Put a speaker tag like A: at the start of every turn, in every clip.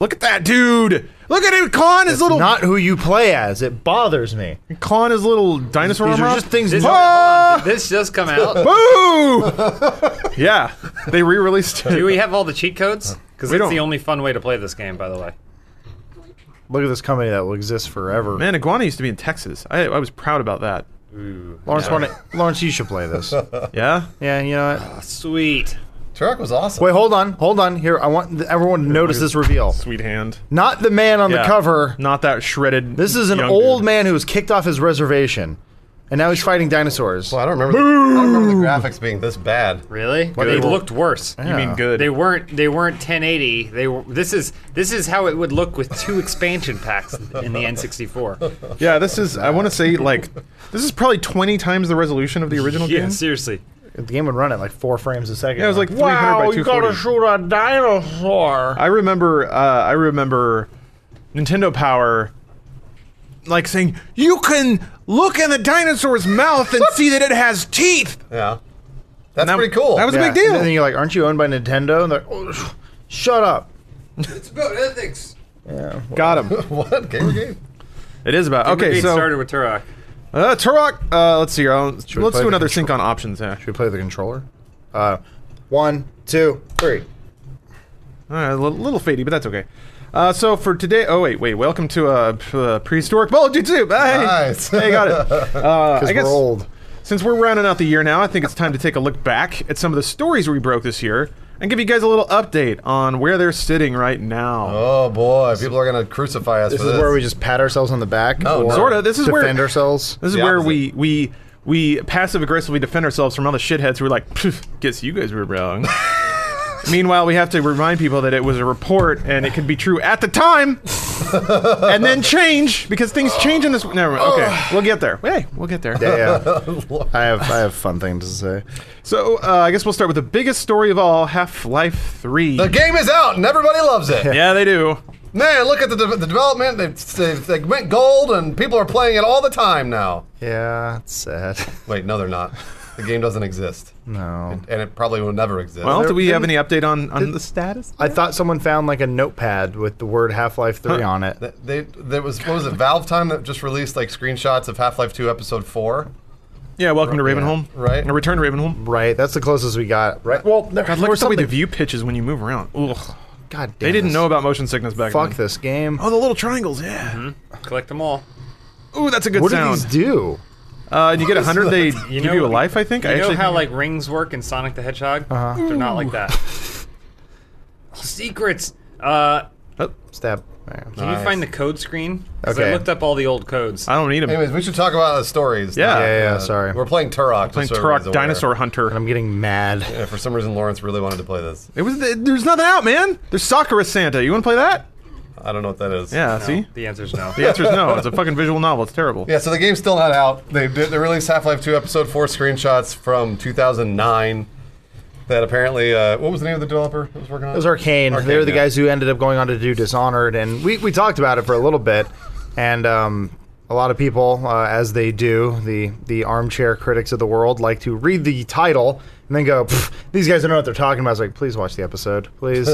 A: Look at that dude. Look at him clawing his little
B: Not who you play as. It bothers me.
A: clawing his little dinosaur
B: These
A: arm
B: are
A: off.
B: just things.
C: This,
A: Ah!
C: hold on, did this just come out.
A: Boo! yeah, they re-released it.
C: Do we have all the cheat codes? Because it's
A: Uh, don't.
C: the only fun way to play this game, by the way.
B: Look at this company that will exist forever.
A: Man, Iguana used to be in Texas. I, I was proud about that.
B: Lawrence, wanna- Lawrence, you should play this.
A: Yeah?
B: yeah, you know what?
C: Ah, sweet.
D: Turok was awesome.
B: Wait, hold on, hold on. Here, I want th- everyone to notice this reveal.
A: Sweet hand.
B: Not the man on
A: Yeah.
B: the cover.
A: Not that shredded.
B: This is an
A: young
B: old
A: dude.
B: man who was kicked off his reservation, and now he's fighting dinosaurs.
D: Well, I don't remember. The, I don't remember the graphics being this bad.
C: Really? They looked worse.
A: You mean good.
C: They weren't. They weren't 1080. They were. This is. This is how it would look with two expansion packs in the N64.
A: yeah, this is, I want to say, like, this is probably 20 times the resolution of the original
C: Yeah,
A: game.
C: seriously.
B: The game would run at like four frames a second.
A: Yeah, it was like 300 by 240.
B: shoot a dinosaur.
A: I remember, uh, I remember Nintendo Power, like, saying, you can look in the dinosaur's mouth and see that it has teeth.
D: Yeah, that's
A: That-
D: pretty cool.
A: That was
B: Yeah.
A: a big deal.
B: And then you're like, aren't you owned by Nintendo? And they're, oh, sh- shut up.
E: It's about ethics.
A: Got him.
D: what gamer game?
A: It is about, okay,
C: It
A: so.
C: started with Turok.
A: Uh, Turok, uh, let's see. here. I'll- Let's
B: we play
A: do
B: the
A: another sync on options. Yeah.
B: Should we play the controller? Uh, one, two, three.
A: All right, a li- little fadey, but that's okay. Uh, so for today, oh wait, wait. Welcome to uh, p- uh, prehistoric Ball of Duty. Hey,
D: Nice.
A: hey, got it. Uh,
B: Because
A: I
B: we're
A: guess
B: old.
A: since we're rounding out the year now, I think it's time to take a look back at some of the stories we broke this year and give you guys a little update on where they're sitting right now.
D: Oh boy, people are gonna crucify us
B: This
D: for
B: is
D: this.
B: where we just pat ourselves on the back.
D: No,
B: or
A: Oh, Sorta, this is
B: defend
A: where-
B: ourselves.
A: this is
D: the
A: where we we we passive aggressively defend ourselves from all the shitheads who are like, "Pff, guess you guys were wrong. Meanwhile, we have to remind people that it was a report and it could be true at the time, and then change because things change in this. Never mind. Okay, we'll get there. Hey, we'll get there.
B: Yeah, yeah. I have I have fun things to say.
A: So uh, I guess we'll start with the biggest story of all: Half-Life Three.
D: the game is out and everybody loves it.
A: yeah, they do.
D: Man, look at the, de- the development. They've, they've they went gold and people are playing it all the time now.
B: Yeah, it's sad.
D: Wait, no, they're not. The game doesn't exist,
B: No.
D: and it probably will never exist.
A: Well, do we have
B: didn't-
A: any update on on the status?
B: I thought someone found like a notepad with the word Half Life 3 on it.
D: Th- they there was what was it Valve Time that just released like screenshots of Half Life Two Episode Four.
A: Yeah, welcome to Ravenholm.
D: right.
A: A return to Ravenholm.
B: Right, that's the closest we got. Right. Well, there,
A: God,
B: there
A: look at
B: was
A: the way the
B: something.
A: view pitches when you move around. Ugh.
B: God damn.
A: They didn't
B: this-
A: know about motion sickness back
B: Fuck
A: then.
B: this game.
A: Oh, the little triangles. Yeah.
C: Collect them all.
A: Ooh, that's a good
B: what did
A: sound.
B: these do?
A: Uh, and you get a hundred. They
C: You
A: give
C: know-
A: you a life. I think.
C: You
A: I
C: know
A: actually
C: how
A: think- Uh-huh.
C: like rings work in Sonic the Hedgehog? They're not like that. Secrets. Uh,
A: Oh,
B: Stab. Man.
C: can you find the code screen? 'Cause I
B: Okay.
C: looked up all the old codes.
A: I don't need them.
D: Mm. Anyways, we should talk about the stories.
A: Yeah.
B: Yeah, yeah,
D: Uh,
B: sorry.
D: We're playing Turok.
A: playing
D: just so
A: Turok
D: everybody's aware.
A: Dinosaur Hunter.
B: I'm getting mad.
D: Yeah, for some reason, Lawrence really wanted to play this.
A: It was there's nothing out, man. There's Sakura Santa. You want to play that?
D: I don't know what that is.
A: Yeah.
C: No,
A: See,
C: Oh, the answer's no.
A: the answer is no. It's a fucking visual novel. It's terrible.
D: Yeah, so the game's still not out. They did, they released Half Life Two Episode Four screenshots from 2009. That apparently, uh, what was the name of the developer that was working on?
B: It was Arcane. they were the
D: yeah.
B: guys who ended up going on to do Dishonored, and we, we talked about it for a little bit. And um, a lot of people, uh, as they do, the, the armchair critics of the world, like to read the title and then go, "Pff, these guys don't know what they're talking about. It's like, please watch the episode. Please.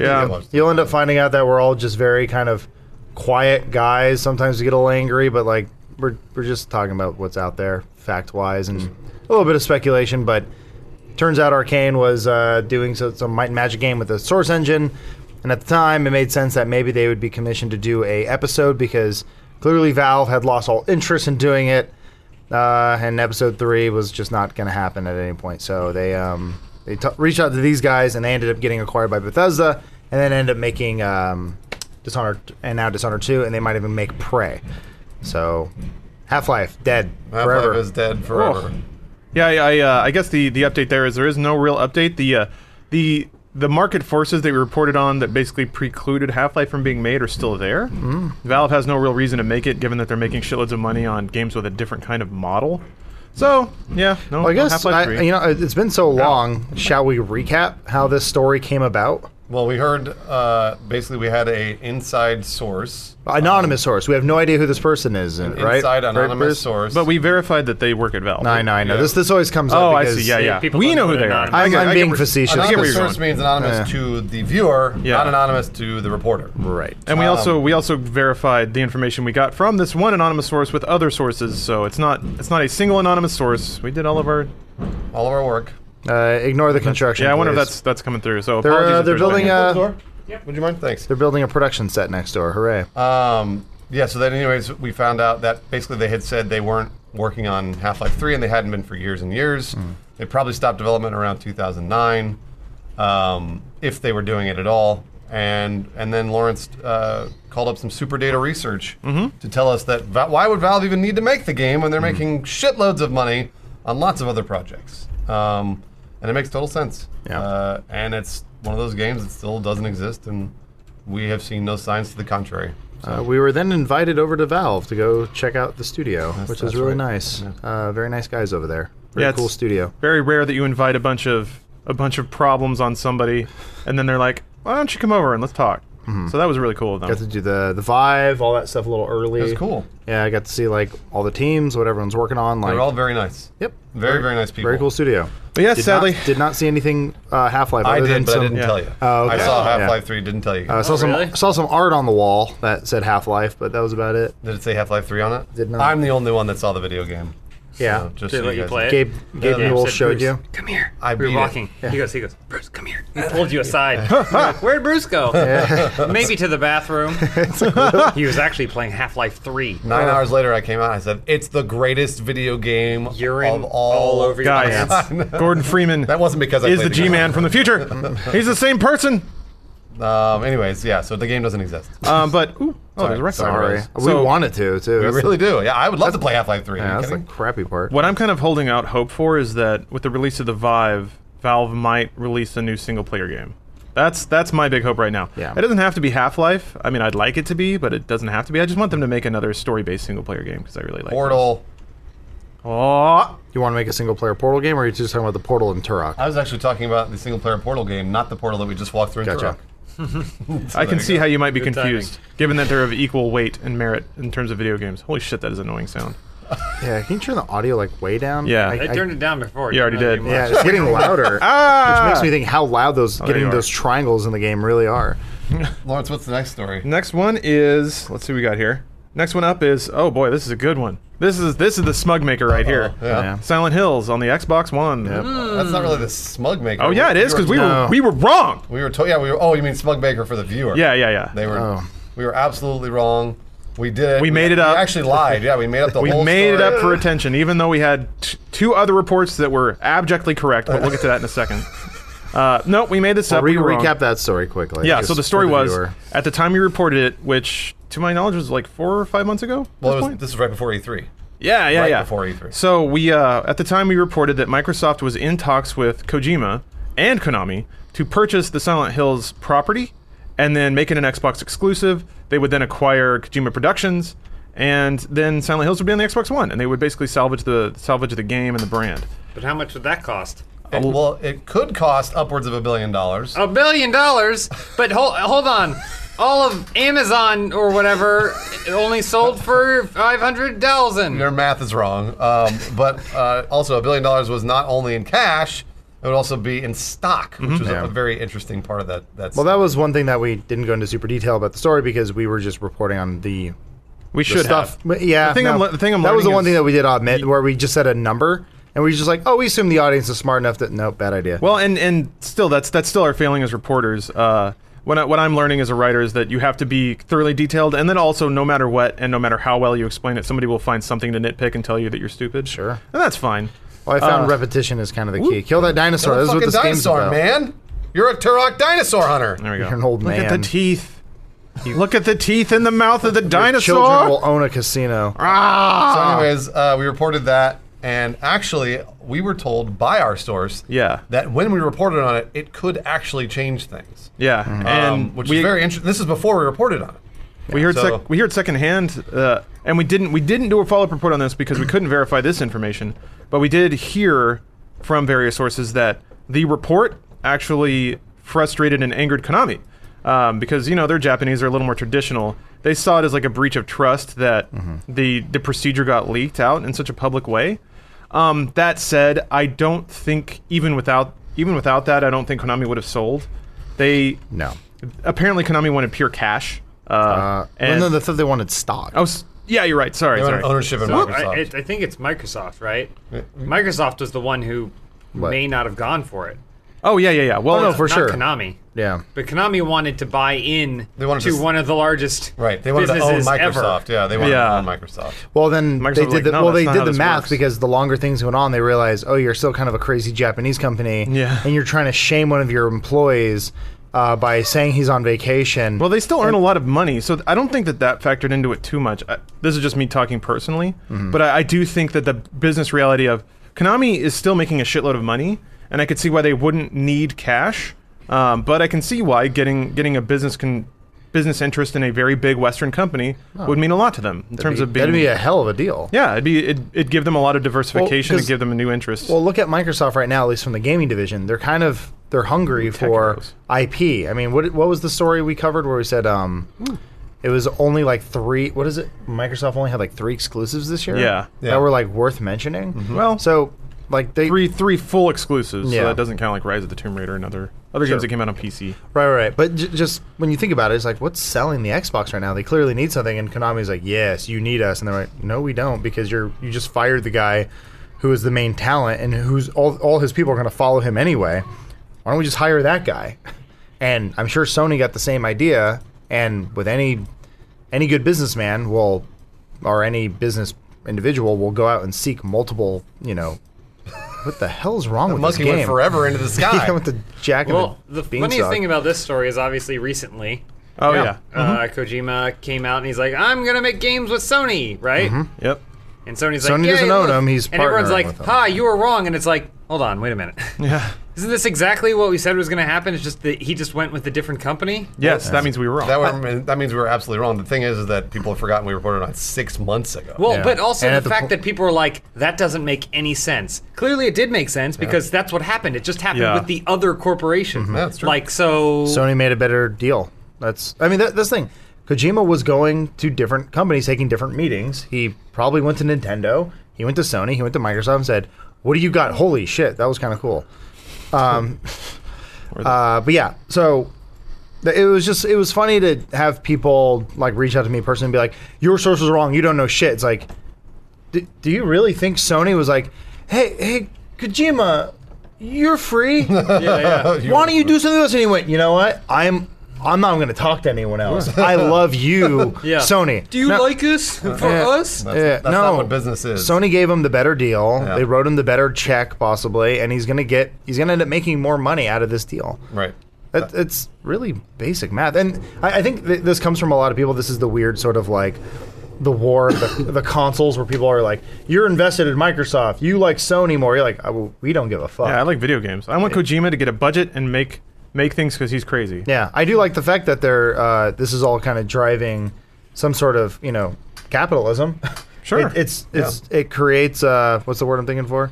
A: Yeah.
D: watch
B: You'll end up finding out that we're all just very kind of quiet guys. Sometimes we get a little angry, but like we're we're just talking about what's out there, fact wise, and a little bit of speculation. But turns out Arcane was uh, doing so, some Might and Magic game with a Source Engine, and at the time it made sense that maybe they would be commissioned to do a episode because clearly Valve had lost all interest in doing it, uh, and Episode Three was just not going to happen at any point. So they um, they t- reached out to these guys, and they ended up getting acquired by Bethesda, and then ended up making um, Dishonored and now Dishonored Two, and they might even make Prey. So Half Life dead
D: Half
B: forever.
D: Life is dead forever.
A: Oh. Yeah, I I, uh, I guess the, the update there is there is no real update. The uh, the the market forces that we reported on that basically precluded Half Life from being made are still there.
B: Mm.
A: Valve has no real reason to make it, given that they're making shitloads of money on games with a different kind of model. So yeah, no,
B: Well, I
A: no
B: guess
A: Half-Life
B: I,
A: three.
B: you know it- it's been so long. Shall we recap how this story came about?
D: Well, we heard uh, basically we had a inside source,
B: Anonymous source. We have no idea who this person is, and- right?
D: inside
B: Right,
D: anonymous
B: Bruce?
D: source.
A: But we verified that they work at Valve.
B: No, I know, I know.
D: Yeah.
B: This this always comes
A: Oh,
B: up.
A: I
B: because
A: see. Yeah, yeah.
C: people
A: we
C: don't
A: know
C: know
A: who they
C: they're
A: are.
C: not.
A: I-
B: I'm,
D: get-
B: I'm
D: I get
B: being
D: where-
B: facetious.
A: I get where
D: anonymous
A: you're
D: source
A: going.
D: means anonymous
B: Yeah.
D: to the viewer,
A: Yeah.
D: not anonymous to the reporter.
B: right.
A: and we also we also verified the information we got from this one anonymous source with other sources. So it's not it's not a single anonymous source. We did all of our.
D: All of our work.
B: Uh, ignore the construction.
A: Yeah, I wonder if
B: please.
A: that's that's coming through. So
B: They're, uh,
A: apologies if
B: they're
A: there's
B: building
A: any-
B: a- Uh,
D: Close the door. Would you mind? Thanks.
B: They're building a production set next door. Hooray!
D: Um, yeah, so then, anyways, we found out that basically they had said they weren't working on Half Life 3 and they hadn't been for years and years.
B: Hmm.
D: They probably stopped development around 2009, um, if they were doing it at all. And and then Lawrence uh, called up some super data research
B: Mm-hmm.
D: to tell us that Va- why would Valve even need to make the game when they're
B: Hmm.
D: making shitloads of money on lots of other projects? Um, and it makes total sense.
B: Yeah.
D: Uh, and it's one of those games that still doesn't exist, and we have seen no signs to the contrary.
B: Uh, we were then invited over to Valve to go check out the studio, which is
D: that's
B: really
D: right.
B: nice. Uh, very nice guys over there. Very
A: Yeah, it's-
B: cool studio.
A: very rare that you invite a bunch of a bunch of problems on somebody, and then they're like, "Why don't you come over and let's talk?" So that was really cool of them.
B: Mm-hmm. Got to do the the Vive, all that stuff a little early.
D: It was cool.
B: Yeah, I got to see like all the teams, what everyone's working on. Like,
D: They're all very nice.
B: yep,
D: Very, very nice people.
B: very cool studio.
A: But yeah,
B: Did
A: sadly,
B: not, did not see anything uh, Half Life.
D: I did,
B: than
D: but
B: some,
D: I didn't
A: yeah.
D: tell you.
B: Oh, okay.
D: I saw
B: Yeah.
D: Half Life 3, didn't tell you.
B: Uh, saw
C: Oh,
B: some
C: really?
B: saw some art on the wall that said Half Life, but that was about it.
D: Did it say Half Life 3 on it?
B: Did not.
D: I'm the only one that saw the video game.
B: Yeah.
D: So, just
C: Did it
D: so
C: let you
D: guys
C: play
D: know.
C: it?
B: Gabe Gabe
C: Yeah,
B: Newell
C: said,
B: showed
C: "Bruce,
B: you.
C: Come here.
D: I
C: we
D: beat
C: were
D: it.
C: walking. He goes. He goes. Bruce, come here. He pulled you aside. Where'd Bruce go? Maybe to the bathroom. he was actually playing Half Life Three.
D: Nine hours later, I came out and I said, It's the greatest video game
C: Urine
D: of
C: all
D: all,
C: over your
A: guys,
C: pants.
A: Gordon Freeman
D: That wasn't because I
A: is the
D: played the game.
A: G-Man from the future. He's the same person.
D: Um, anyways, yeah, so the game doesn't exist.
B: Uh,
A: Um, but ooh, oh, there's a record.
B: Sorry, we
A: So-
B: wanted to too.
D: I really do. Yeah, I would love to play Half Life 3. Are you
B: Yeah, that's the
D: kidding?
B: crappy part.
A: What I'm kind of holding out hope for is that with the release of the Vive, Valve might release a new single player game. That's that's my big hope right now.
B: Yeah.
A: It doesn't have to be Half Life. I mean, I'd like it to be, but it doesn't have to be. I just want them to make another story based single player game because I really like. it.
D: Portal.
A: Oh,
B: You want to make a single player Portal game, or are you just talking about the Portal in Turok?
A: Uh,
D: I was actually talking about the single player Portal game, not the Portal that we just walked through in
B: Gotcha.
D: Turok. So
A: I
D: there
A: can
D: you
A: see
D: go.
A: how you might be
C: Good
A: confused, given that they're of equal weight and merit in terms of video games. Holy shit, that is annoying sound.
B: Yeah, can you turn the audio like way down?
A: Yeah.
B: I,
A: I
C: I
B: I-
C: turned it down before.
A: You already
C: Not
A: did.
C: anymore.
B: yeah, it's getting louder.
A: Ah! Oh,
B: Which makes me think how loud those
A: there
B: getting
A: you are.
B: those triangles in the game really are.
D: Lawrence, what's the next story?
A: Next one is let's see what we got here. Next one up is oh boy, this is a good one. This is this is the smug maker right here.
D: Yeah.
B: Yeah.
A: Silent Hills on the Xbox One.
D: That's not really the smug maker.
A: Oh yeah, it is because we were
B: No.
A: we were wrong.
D: we were told. Yeah, we were. Oh, you mean smug maker for the viewer?
A: Yeah, yeah, yeah.
D: They were.
B: Oh.
D: We were absolutely wrong. We did.
A: We made it up.
D: We actually lied. Yeah, we made up the
A: we
D: whole.
A: made it
D: story.
A: up for attention, even though we had t- two other reports that were abjectly correct. But we'll get to that in a second. Uh, no, we made this up.
B: Re-
A: we were wrong.
B: recap that story quickly.
A: Yeah.
B: just
A: So the story
B: for
A: was
B: viewer.
A: at the time you reported it, which to my knowledge was like four or five months ago. at
D: Well,
A: this
D: it was,
A: point?
D: this is right before E E3.
A: Yeah, yeah,
D: right
A: yeah.
D: before E E3.
A: So we, uh, at the time, we reported that Microsoft was in talks with Kojima and Konami to purchase the Silent Hills property and then make it an Xbox exclusive. They would then acquire Kojima Productions, and then Silent Hills would be on the Xbox One, and they would basically salvage the salvage the game and the brand.
C: But how much would that cost?
A: Oh,
D: It- well, it could cost upwards of a billion dollars.
C: A billion dollars. But hold hold on. All of Amazon or whatever only sold for five hundred thousand.
D: Your math is wrong. Um, but uh, also, a billion dollars was not only in cash. It would also be in stock,
A: Mm-hmm.
D: which was a,
B: Yeah.
D: a very interesting part of that. That's
B: Well, that was one thing that we didn't go into super detail about the story because we were just reporting on the
A: We should
B: stuff.
A: have.
B: But yeah,
A: The thing I'm le- the thing I'm
B: that was the
A: learning
B: one thing
A: is-
B: that we did omit, where we just said a number, and we were just like, oh, we assume the audience is smart enough that nope, bad idea.
A: Well, and and still, that's that's still our failing as reporters. Uh, when I, what I'm learning as a writer is that you have to be thoroughly detailed, and then also, no matter what, and no matter how well you explain it, somebody will find something to nitpick and tell you that you're stupid.
B: Sure.
A: and that's fine.
B: Well, I
A: Uh,
B: found repetition is kind of the key. Kill that dinosaur.
D: You're a
B: That's what
D: fucking
B: this game's
D: dinosaur,
B: about.
D: man. You're a Turok dinosaur hunter.
A: There we go.
B: You're an old
A: Look at
B: man.
A: the teeth. Look at the teeth in the mouth of the
B: Children will
A: dinosaur.
B: own a casino.
A: Ah!
D: So, anyways, uh, we reported that, and actually, we were told by our source
A: Yeah.
D: that when we reported on it, it could actually change things.
A: Yeah,
B: Mm-hmm.
D: Um,
A: and
D: which
A: we,
D: is very interesting. This is before we reported on it.
A: we heard
D: so-
A: sec- we heard secondhand, uh, and we didn't we didn't do a follow up report on this because we couldn't verify this information, but we did hear from various sources that the report actually frustrated and angered Konami um, because you know they're Japanese, they're a little more traditional. They saw it as like a breach of trust that the the procedure got leaked out in such a public way. Um, that said, I don't think even without even without that, I don't think Konami would have sold. They
B: No.
A: apparently Konami wanted pure cash. Uh,
B: Uh,
A: and
B: and then they thought they wanted stock.
A: oh, s- yeah, you're right. Sorry,
D: They
A: sorry.
D: want ownership in
C: So,
D: Microsoft.
C: I, it, I think it's Microsoft, right? Microsoft was the one who
B: What?
C: may not have gone for it.
A: Oh yeah, yeah, yeah. Well,
B: no,
A: it's
B: for
C: not
B: sure.
C: Konami.
B: yeah.
C: But Konami wanted to buy in
D: They wanted
C: to
D: to s-
C: one of the largest
D: right. They wanted to own
C: businesses
D: Microsoft.
C: ever.
D: Yeah, they wanted
A: Yeah.
D: to own Microsoft.
B: Well, then
A: Microsoft
B: they
A: was
B: did
A: like,
B: the,
A: "No,
B: well
A: that's
B: they
A: not how
B: did the
A: this
B: math
A: works."
B: because the longer things went on, they realized, oh, you're still kind of a crazy Japanese company,
A: Yeah.
B: and you're trying to shame one of your employees uh, by saying he's on vacation.
A: Well, they still earn a lot of money, so th- I don't think that that factored into it too much. I, this is just me talking personally,
B: Mm-hmm.
A: but I, I do think that the business reality of Konami is still making a shitload of money, and I could see why they wouldn't need cash. Um, but I can see why getting getting a business con- business interest in a very big Western company would mean a lot to them in terms of being.
B: Oh. that'd be a hell of a deal.
A: yeah, it'd be it'd, it'd give them a lot of diversification and
B: 'cause-
A: give them a new interest.
B: Well, look at Microsoft right now, at least from the gaming division. They're kind of they're hungry for
A: heroes.
B: IP. I mean, what what was the story we covered where we said um,
A: Hmm.
B: it was only like three? What is it? Microsoft only had like three exclusives this year.
A: Yeah.
D: Yeah.
B: that were like worth mentioning.
A: Well,
B: So like they
A: three three full exclusives, so
B: Yeah.
A: that doesn't count like Rise of the Tomb Raider and other other
B: Sure.
A: games that came out on PC.
B: Right, right, right. But j- just when you think about it, it's like, what's selling the Xbox right now? They clearly need something, and Konami's like, yes, you need us, and they're like, no, we don't, because you're you just fired the guy who is the main talent, and who's all all his people are going to follow him anyway. Why don't we just hire that guy? And I'm sure Sony got the same idea, and with any any good businessman will, or any business individual will go out and seek multiple, you know. What the hell's wrong with
D: Monkey
B: this game?
D: went forever into the sky.
B: with the jack and
C: Well,
B: the,
C: the
B: beanstalk.
C: funniest thing about this story is obviously recently,
A: Oh
B: Yeah.
A: yeah.
C: uh,
D: Mm-hmm.
C: Kojima came out and he's like, "I'm gonna make games with Sony," right?
D: Mm-hmm.
A: Yep.
C: And Sony's
B: Sony
C: like, "Yay,
B: doesn't own
C: look."
B: them, he's
C: and everyone's
B: partnering
C: like,
B: with them.
C: "Ha, you were wrong." And it's like, "Hold on, wait a minute."
A: Yeah.
C: Isn't this exactly what we said was going to happen? It's just that he just went with a different company.
A: Yes, that means we were wrong.
D: That, were, that means we were absolutely wrong. The thing is, is that people have forgotten we reported on it six months ago.
C: Well,
B: Yeah.
C: but also
B: And
C: the,
B: at the
C: fact
B: po-
C: that people were like, that doesn't make any sense. Clearly, it did make sense because that's what happened. It just happened
A: Yeah.
C: with the other corporation.
D: That's true.
C: Like so.
B: Sony made a better deal. That's I mean that, that's the thing. Kojima was going to different companies, taking different meetings. He probably went to Nintendo. He went to Sony. He went to Microsoft and said, "What do you got? Holy shit, that was kind of cool." Um, uh, but yeah, so th- it was just it was funny to have people like reach out to me personally and be like, "Your sources are wrong. You don't know shit." It's like, D- do you really think Sony was like, "Hey, hey, Kojima, you're free. Why don't you do something else?" And he went, "You know what? I'm." I'm not going to talk to anyone else. I love you,
C: Yeah.
B: Sony.
C: Do you
B: No-
C: like us for
B: Yeah.
C: us?
D: That's-
B: yeah,
D: that's
B: no.
D: not what business is.
B: Sony gave him the better deal.
D: Yeah.
B: They wrote him the better check, possibly, and he's going to get. He's going to end up making more money out of this deal.
D: Right.
B: That, it's really basic math, and I, I think th- this comes from a lot of people. This is the weird sort of like the war, of the, the consoles, where people are like, "You're invested in Microsoft. You like Sony more. You're like, oh, we don't give a fuck."
A: yeah, I like video games. I want Kojima to get a budget and make make things because he's crazy.
B: Yeah, I do like the fact that they're. Uh, this is all kind of driving some sort of you know capitalism.
A: Sure.
B: it, it's it's it creates uh, what's the word I'm thinking for?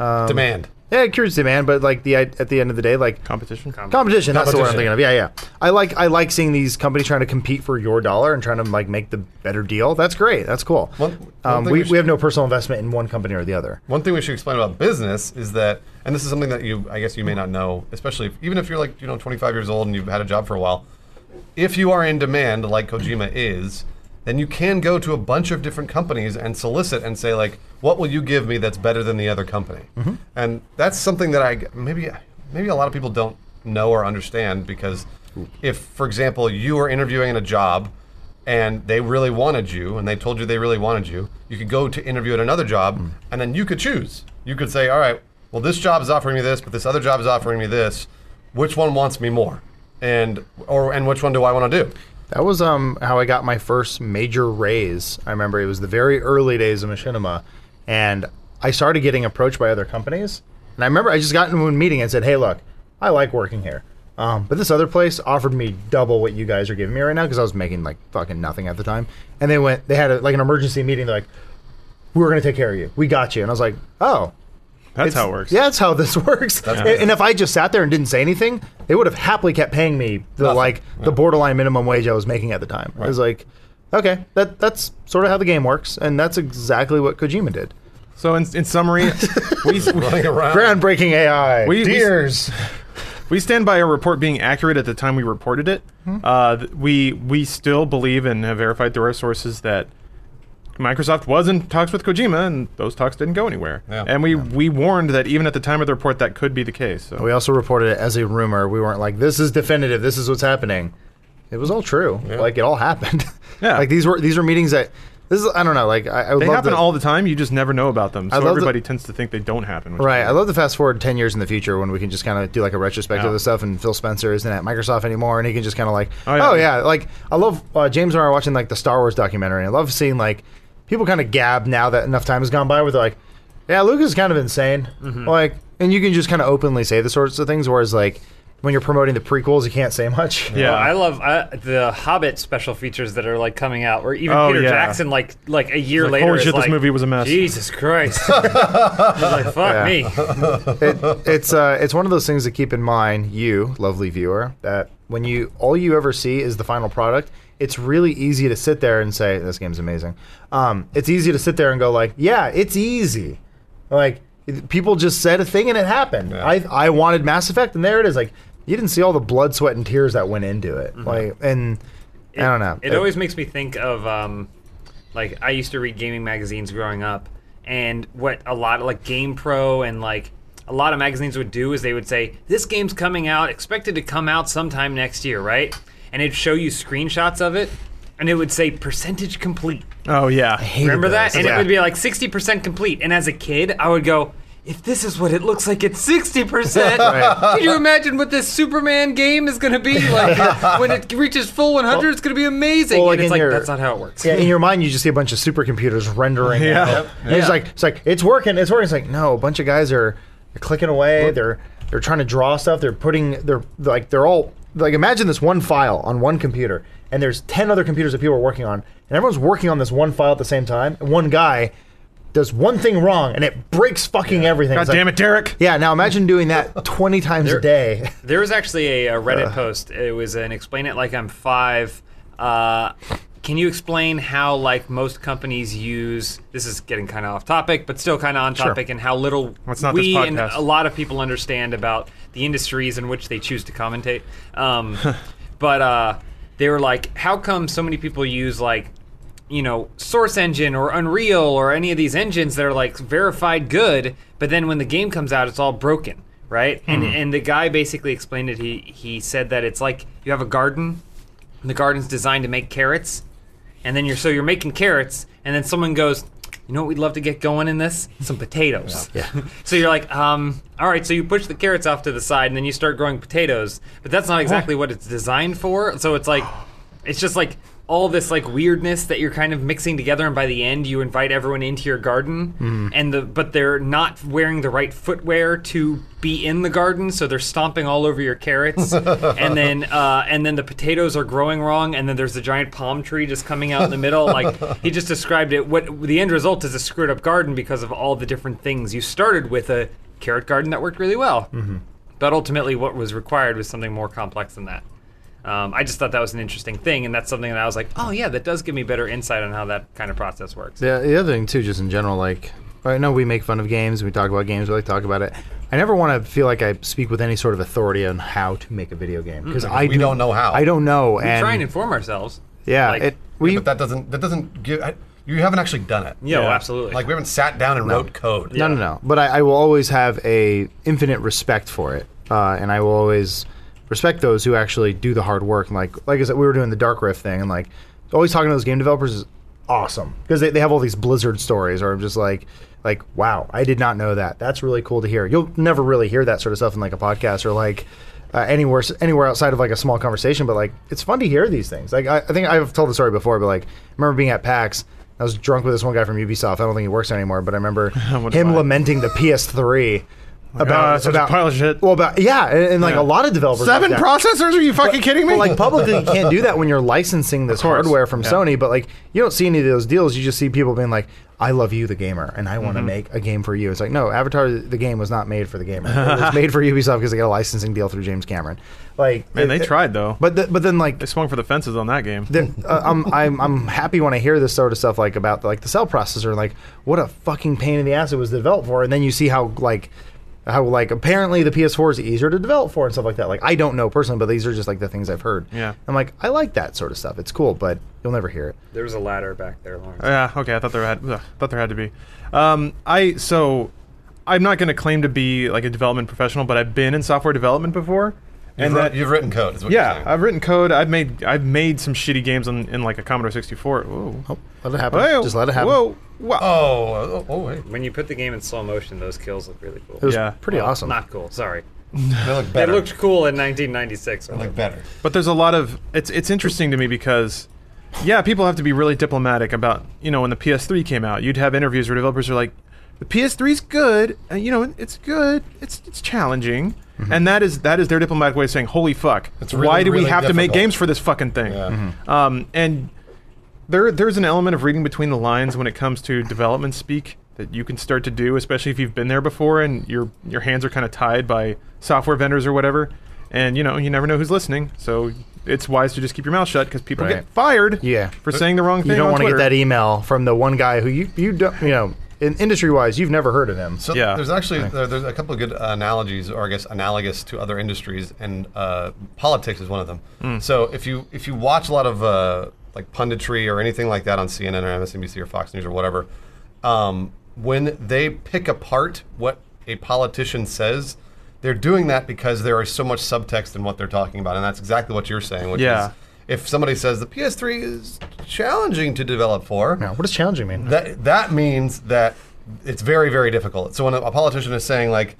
B: um,
D: Demand.
B: Yeah, it creates demand, but like the at the end of the day, like
A: Competition.
B: competition. That's the word I'm
D: Competition.
B: thinking of. Yeah, yeah. I like I like seeing these companies trying to compete for your dollar and trying to like make the better deal. That's great. That's cool.
D: One- one
B: um,
D: thing
B: we,
D: we
B: we,
D: should-
B: have no personal investment in one company or the other.
D: One thing we should explain about business is that, and this is something that you, I guess, you may not know, especially if, even if you're like, you know, 25 years old and you've had a job for a while. If you are in demand, like Kojima is, then you can go to a bunch of different companies and solicit and say, like, what will you give me that's better than the other company? And that's something that I g- maybe maybe a lot of people don't know or understand because if, for example, you are interviewing in a job and they really wanted you and they told you they really wanted you, you could go to interview at another job
A: Hmm.
D: and then you could choose. You could say, all right, well, this job is offering me this, but this other job is offering me this. Which one wants me more? And or and which one do I want to do?
B: That was um how I got my first major raise. I remember it was the very early days of Machinima, and I started getting approached by other companies. And I remember I just got into a meeting and said, "Hey, look, I like working here." Um, but this other place offered me double what you guys are giving me right now because I was making like fucking nothing at the time. And they went, they had a, like an emergency meeting. They're like, we're going to take care of you. We got you. And I was like, oh,
A: That's
B: It's-
A: how it works.
B: Yeah, that's how this works. And, and if I just sat there and didn't say anything, they would have happily kept paying me the like the borderline minimum wage I was making at the time. I was like, okay, that that's sort of how the game works, and that's exactly what Kojima did.
A: So in, in summary, we,
D: Running around.
B: Groundbreaking AI.
A: We- we-
B: Deers.
A: we stand by our report being accurate at the time we reported it.
B: Hmm.
A: Uh, th- we we still believe and have verified through our sources that Microsoft was in talks with Kojima, and those talks didn't go anywhere.
D: Yeah.
A: And we we warned that even at the time of the report, that could be the case. So
B: we also reported it as a rumor. We weren't like, this is definitive. This is what's happening. It was all true. Like it all happened.
A: Yeah.
B: Like these were these were meetings that this is I don't know. Like I, I would
A: they
B: love
A: happen
B: to,
A: all the time. You just never know about them. So
B: love the-
A: everybody tends to think they don't happen. which is
B: Right. I love the fast forward 10 years in the future when we can just kind of do like a retrospective
A: Yeah.
B: of stuff and Phil Spencer isn't at Microsoft anymore and he can just kind of like,
A: Oh,
B: oh
A: yeah.
B: yeah. Like, I love, uh, James and I are watching like the Star Wars documentary. I love seeing like people kind of gab now that enough time has gone by where they're like, yeah, Luke is kind of insane.
A: Mm-hmm.
B: Like, and you can just kind of openly say the sorts of things. Whereas like when you're promoting the prequels, you can't say much.
A: Yeah.
C: Well, I love uh, the Hobbit special features that are like coming out, or even
A: Oh,
C: Peter
A: yeah.
C: Jackson, like like a year
A: Like,
C: later.
A: holy
C: is
A: shit, this
C: like,
A: movie was a mess.
C: Jesus Christ! He's like, fuck me.
B: it, it's uh, it's one of those things to keep in mind, you lovely viewer, that when you all you ever see is the final product, it's really easy to sit there and say this game's amazing. Um, it's easy to sit there and go like, yeah, it's easy. Like it- people just said a thing and it happened. I I wanted Mass Effect and there it is. Like you didn't see all the blood, sweat, and tears that went into it. Like and I don't know.
C: Mm-hmm. It always makes me think of um, like I used to read gaming magazines growing up, and what a lot of like Game Pro and like a lot of magazines would do is they would say this game's coming out, expected to come out sometime next year, right? And it'd show you screenshots of it, and it would say percentage complete.
A: Oh yeah.
C: Remember that? And
B: Yeah.
C: it would be like 60% complete. And as a kid, I would go, if this is what it looks like it's 60%, can you imagine what this Superman game is going to be? Like, when it reaches full 100, it's going to be amazing.
B: well, like
C: and
B: in
C: it's like,
B: your-
C: that's not how it works.
B: Yeah, in your mind, you just see a bunch of supercomputers rendering.
A: Yeah.
B: Yeah,
A: Yep.
B: And it's like it's like it's working, it's working. It's like no, a bunch of guys are they're clicking away. They're they're trying to draw stuff. They're putting they're like they're all like imagine this one file on one computer, and there's ten other computers that people are working on, and everyone's working on this one file at the same time. And one guy does one thing wrong, and it breaks fucking everything.
A: God damn it, Derek.
B: Yeah, now imagine doing that 20 times a day.
C: There was actually a, a Reddit post. It was an explain it like I'm five. Uh, can you explain how like most companies use? This is getting kind of off topic, but still kind of on topic, and how little
A: That's not this
C: we and
A: podcast.
C: a lot of people understand about the industries in which they choose to commentate. Um, but uh, they were like, how come so many people use like you know source engine or unreal or any of these engines that are like verified good but then when the game comes out it's all broken right and and the guy basically explained it he he said that it's like you have a garden and the garden's designed to make carrots and then you're so you're making carrots and then someone goes you know what we'd love to get going in this some potatoes so you're like um, all right so you push the carrots off to the side and then you start growing potatoes but that's not exactly what it's designed for so it's like it's just like all this like weirdness that you're kind of mixing together and by the end you invite everyone into your garden and the but they're not wearing the right footwear to be in the garden so they're stomping all over your carrots and then uh, and then the potatoes are growing wrong and then there's the giant palm tree just coming out in the middle like he just described it what the end result is a screwed up garden because of all the different things you started with a carrot garden that worked really well but ultimately, what was required was something more complex than that. Um, I just thought that was an interesting thing, and that's something that I was like, oh yeah, that does give me better insight on how that kind of process works.
B: Yeah, the other thing too, just in general, like I know we make fun of games, we talk about games, we like to talk about it. I never want to feel like I speak with any sort of authority on how to make a video game because I
D: Mm, we don't know how.
B: I don't know,
C: We
B: and
C: try and inform ourselves.
B: yeah,
C: like-
B: it, we
D: But that doesn't that doesn't give. I, you haven't actually done it.
C: Yeah, well, absolutely.
D: Like we haven't sat down and wrote code.
B: no no no. But I, I will always have a infinite respect for it, uh, and I will always respect those who actually do the hard work. And like like I said, we were doing the Dark Rift thing, and like always talking to those game developers is awesome because they, they have all these Blizzard stories, or I'm just like. Like wow, I did not know that. That's really cool to hear. You'll never really hear that sort of stuff in like a podcast or like uh, anywhere anywhere outside of like a small conversation, but like it's fun to hear these things. Like I, I think I've told the story before, but like I remember being at PAX. I was drunk with this one guy from Ubisoft. I don't think he works there anymore, but I remember him lamenting the PS3
A: God,
B: about
A: that's oh, such a
B: about
A: pile of shit.
B: Well, about yeah, and, and like
A: Yeah.
B: a lot of developers
A: Seven
B: like that.
A: processors? Are you fucking kidding me?
B: But, like publicly, you can't do that when you're licensing this
A: course.
B: hardware from
A: Yeah.
B: Sony. But like, you don't see any of those deals. You just see people being like, "I love you, the gamer, and I want
A: Mm-hmm.
B: to make a game for you." It's like, no, Avatar the game was not made for the gamer. it was made for Ubisoft because they got a licensing deal through James Cameron. Like,
A: Man,
B: it-
A: they
B: it-
A: tried though.
B: But th- but then like
A: they swung for the fences on that game.
B: there- uh, I'm, I'm I'm happy when I hear this sort of stuff like about like the cell processor like what a fucking pain in the ass it was developed for and then you see how like how like apparently the PS4 is easier to develop for and stuff like that like I don't know personally but these are just like the things I've heard
A: Yeah.
B: I'm like I like that sort of stuff it's cool but you'll never hear it
C: There was a ladder back there, Lawrence.
A: Yeah. Okay. I thought there had ugh, thought there had to be. Um, I so I'm not going to claim to be like a development professional, but I've been in software development before,
D: You've,
A: and
D: writ-
A: that
D: you've written code. Is what you're
A: yeah,
D: saying.
A: I've written code. I've made I've made some shitty games on, in like a Commodore 64. Whoa.
B: oh, let it happen
A: Whoa.
B: just let it happen
A: Whoa. Wow.
D: oh, oh, oh, wait.
C: When you put the game in slow motion, those kills look really cool.
B: it was
A: Yeah.
B: pretty awesome
C: Not cool. Sorry.
D: They look
C: It
D: better.
C: looked cool in 1996.
D: They look better.
A: But there's a lot of it's it's interesting to me because yeah, people have to be really diplomatic about you know when the PS3 came out, you'd have interviews where developers are like, the PS3's good, and you know it's good, it's it's challenging, and that is that is their diplomatic way of saying, holy fuck,
D: Mm-hmm. It's really,
A: why do we
D: really
A: have to make
D: difficult."
A: games for this fucking thing?
D: Yeah.
A: Um, and there there's an element of reading between the lines when it comes to development speak that you can start to do, especially if you've been there before and your your hands are kind of tied by software vendors or whatever. And you know you never know who's listening, so it's wise to just keep your mouth shut because people
B: Right.
A: get fired
B: Yeah.
A: for saying the wrong thing.
B: you don't
A: want to
B: get that email from the one guy who you you don't you know in industry wise you've never heard of him
D: So
A: Yeah.
D: there's actually there, there's a couple of good analogies, or I guess analogous to other industries, and uh, politics is one of them.
A: Hmm.
D: So if you if you watch a lot of uh, like punditry or anything like that on CNN or MSNBC or Fox News or whatever, um, when they pick apart what a politician says, they're doing that because there is so much subtext in what they're talking about, and that's exactly what you're saying. Which
A: Yeah.
D: is if somebody says the PS3 is challenging to develop for,
B: Now, what does challenging mean
D: that that means that it's very very difficult. So when a, a politician is saying like,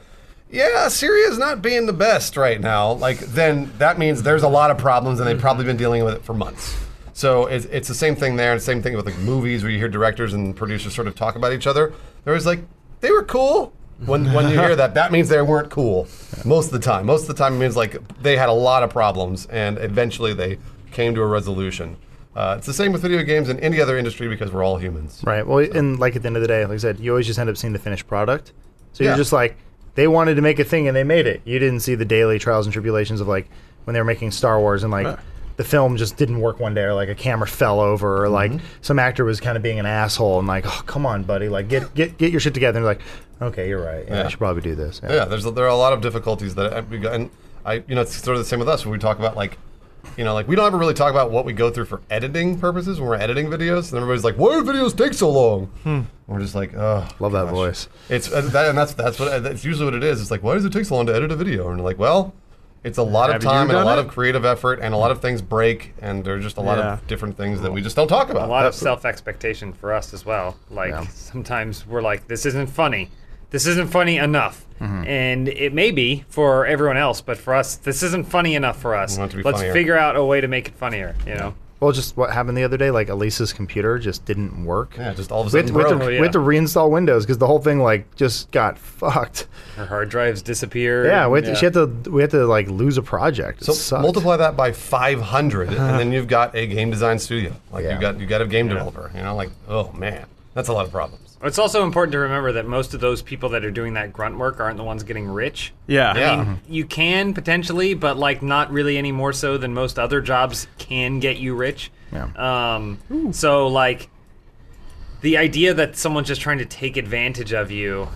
D: "Yeah, Syria's not being the best right now," like then that means there's a lot of problems and they've probably been dealing with it for months. So it's, it's the same thing there, and same thing with like movies where you hear directors and producers sort of talk about each other. They're always like, "They were cool." When when you hear that, that means they weren't cool most of the time. Most of the time it means like they had a lot of problems and eventually they came to a resolution. Uh, it's the same with video games and any other industry because we're all humans.
B: Right. Well, and like at the end of the day, like I said, you always just end up seeing the finished product. So
D: Yeah.
B: you're just like, they wanted to make a thing and they made it. You didn't see the daily trials and tribulations of like when they were making Star Wars and like the film just didn't work one day or like a camera fell over or like
D: Mm-hmm.
B: some actor was kind of being an asshole and like, oh come on, buddy, like get get get your shit together. And like, okay, you're right. Yeah,
D: Yeah.
B: I should probably do this.
D: Yeah, there's there are a lot of difficulties that I- we got, and I you know it's sort of the same with us when we talk about like you know like we don't ever really talk about what we go through for editing purposes when we're editing videos, and everybody's like, "Why do videos take so long?" We're just like, "Oh,
B: Love that voice.
D: It's uh, that, and that's that's what that's usually what it is. It's like, why does it take so long to edit a video? And you're like, well, it's a lot
A: Have
D: of
A: you
D: time and a
A: done
D: lot
A: it?
D: of creative effort, and a lot of things break, and there's just a lot
A: Yeah.
D: of different things that we just don't talk about.
C: a lot of self expectation for us as well. Like sometimes we're like, this isn't funny. This isn't funny enough. And it may be for everyone else, but for us, this isn't funny enough for us.
D: We want it to be
C: Let's
D: funnier.
C: figure out a way to make it funnier, you know?
B: Well, just what happened the other day, like Elisa's computer just didn't work.
D: yeah, just all of a
B: We had, to,
D: sudden
B: we, had to,
D: broke.
C: Oh, yeah.
B: we had to reinstall Windows because the whole thing like just got fucked.
C: Our hard drives disappear.
B: Yeah, we had to, she had to we had to like lose a project. It
D: So
B: sucked.
D: multiply that by 500,
A: Uh-huh.
D: and then you've got a game design studio. Like
B: Yeah.
D: you got you got a game developer. You know, like oh man, that's a lot of problems.
C: It's also important to remember that most of those people that are doing that grunt work aren't the ones getting rich.
A: Yeah.
D: Yeah.
C: You can potentially, but like not really any more so than most other jobs can get you rich. Yeah. Um, so like the idea that someone's just trying to take advantage of you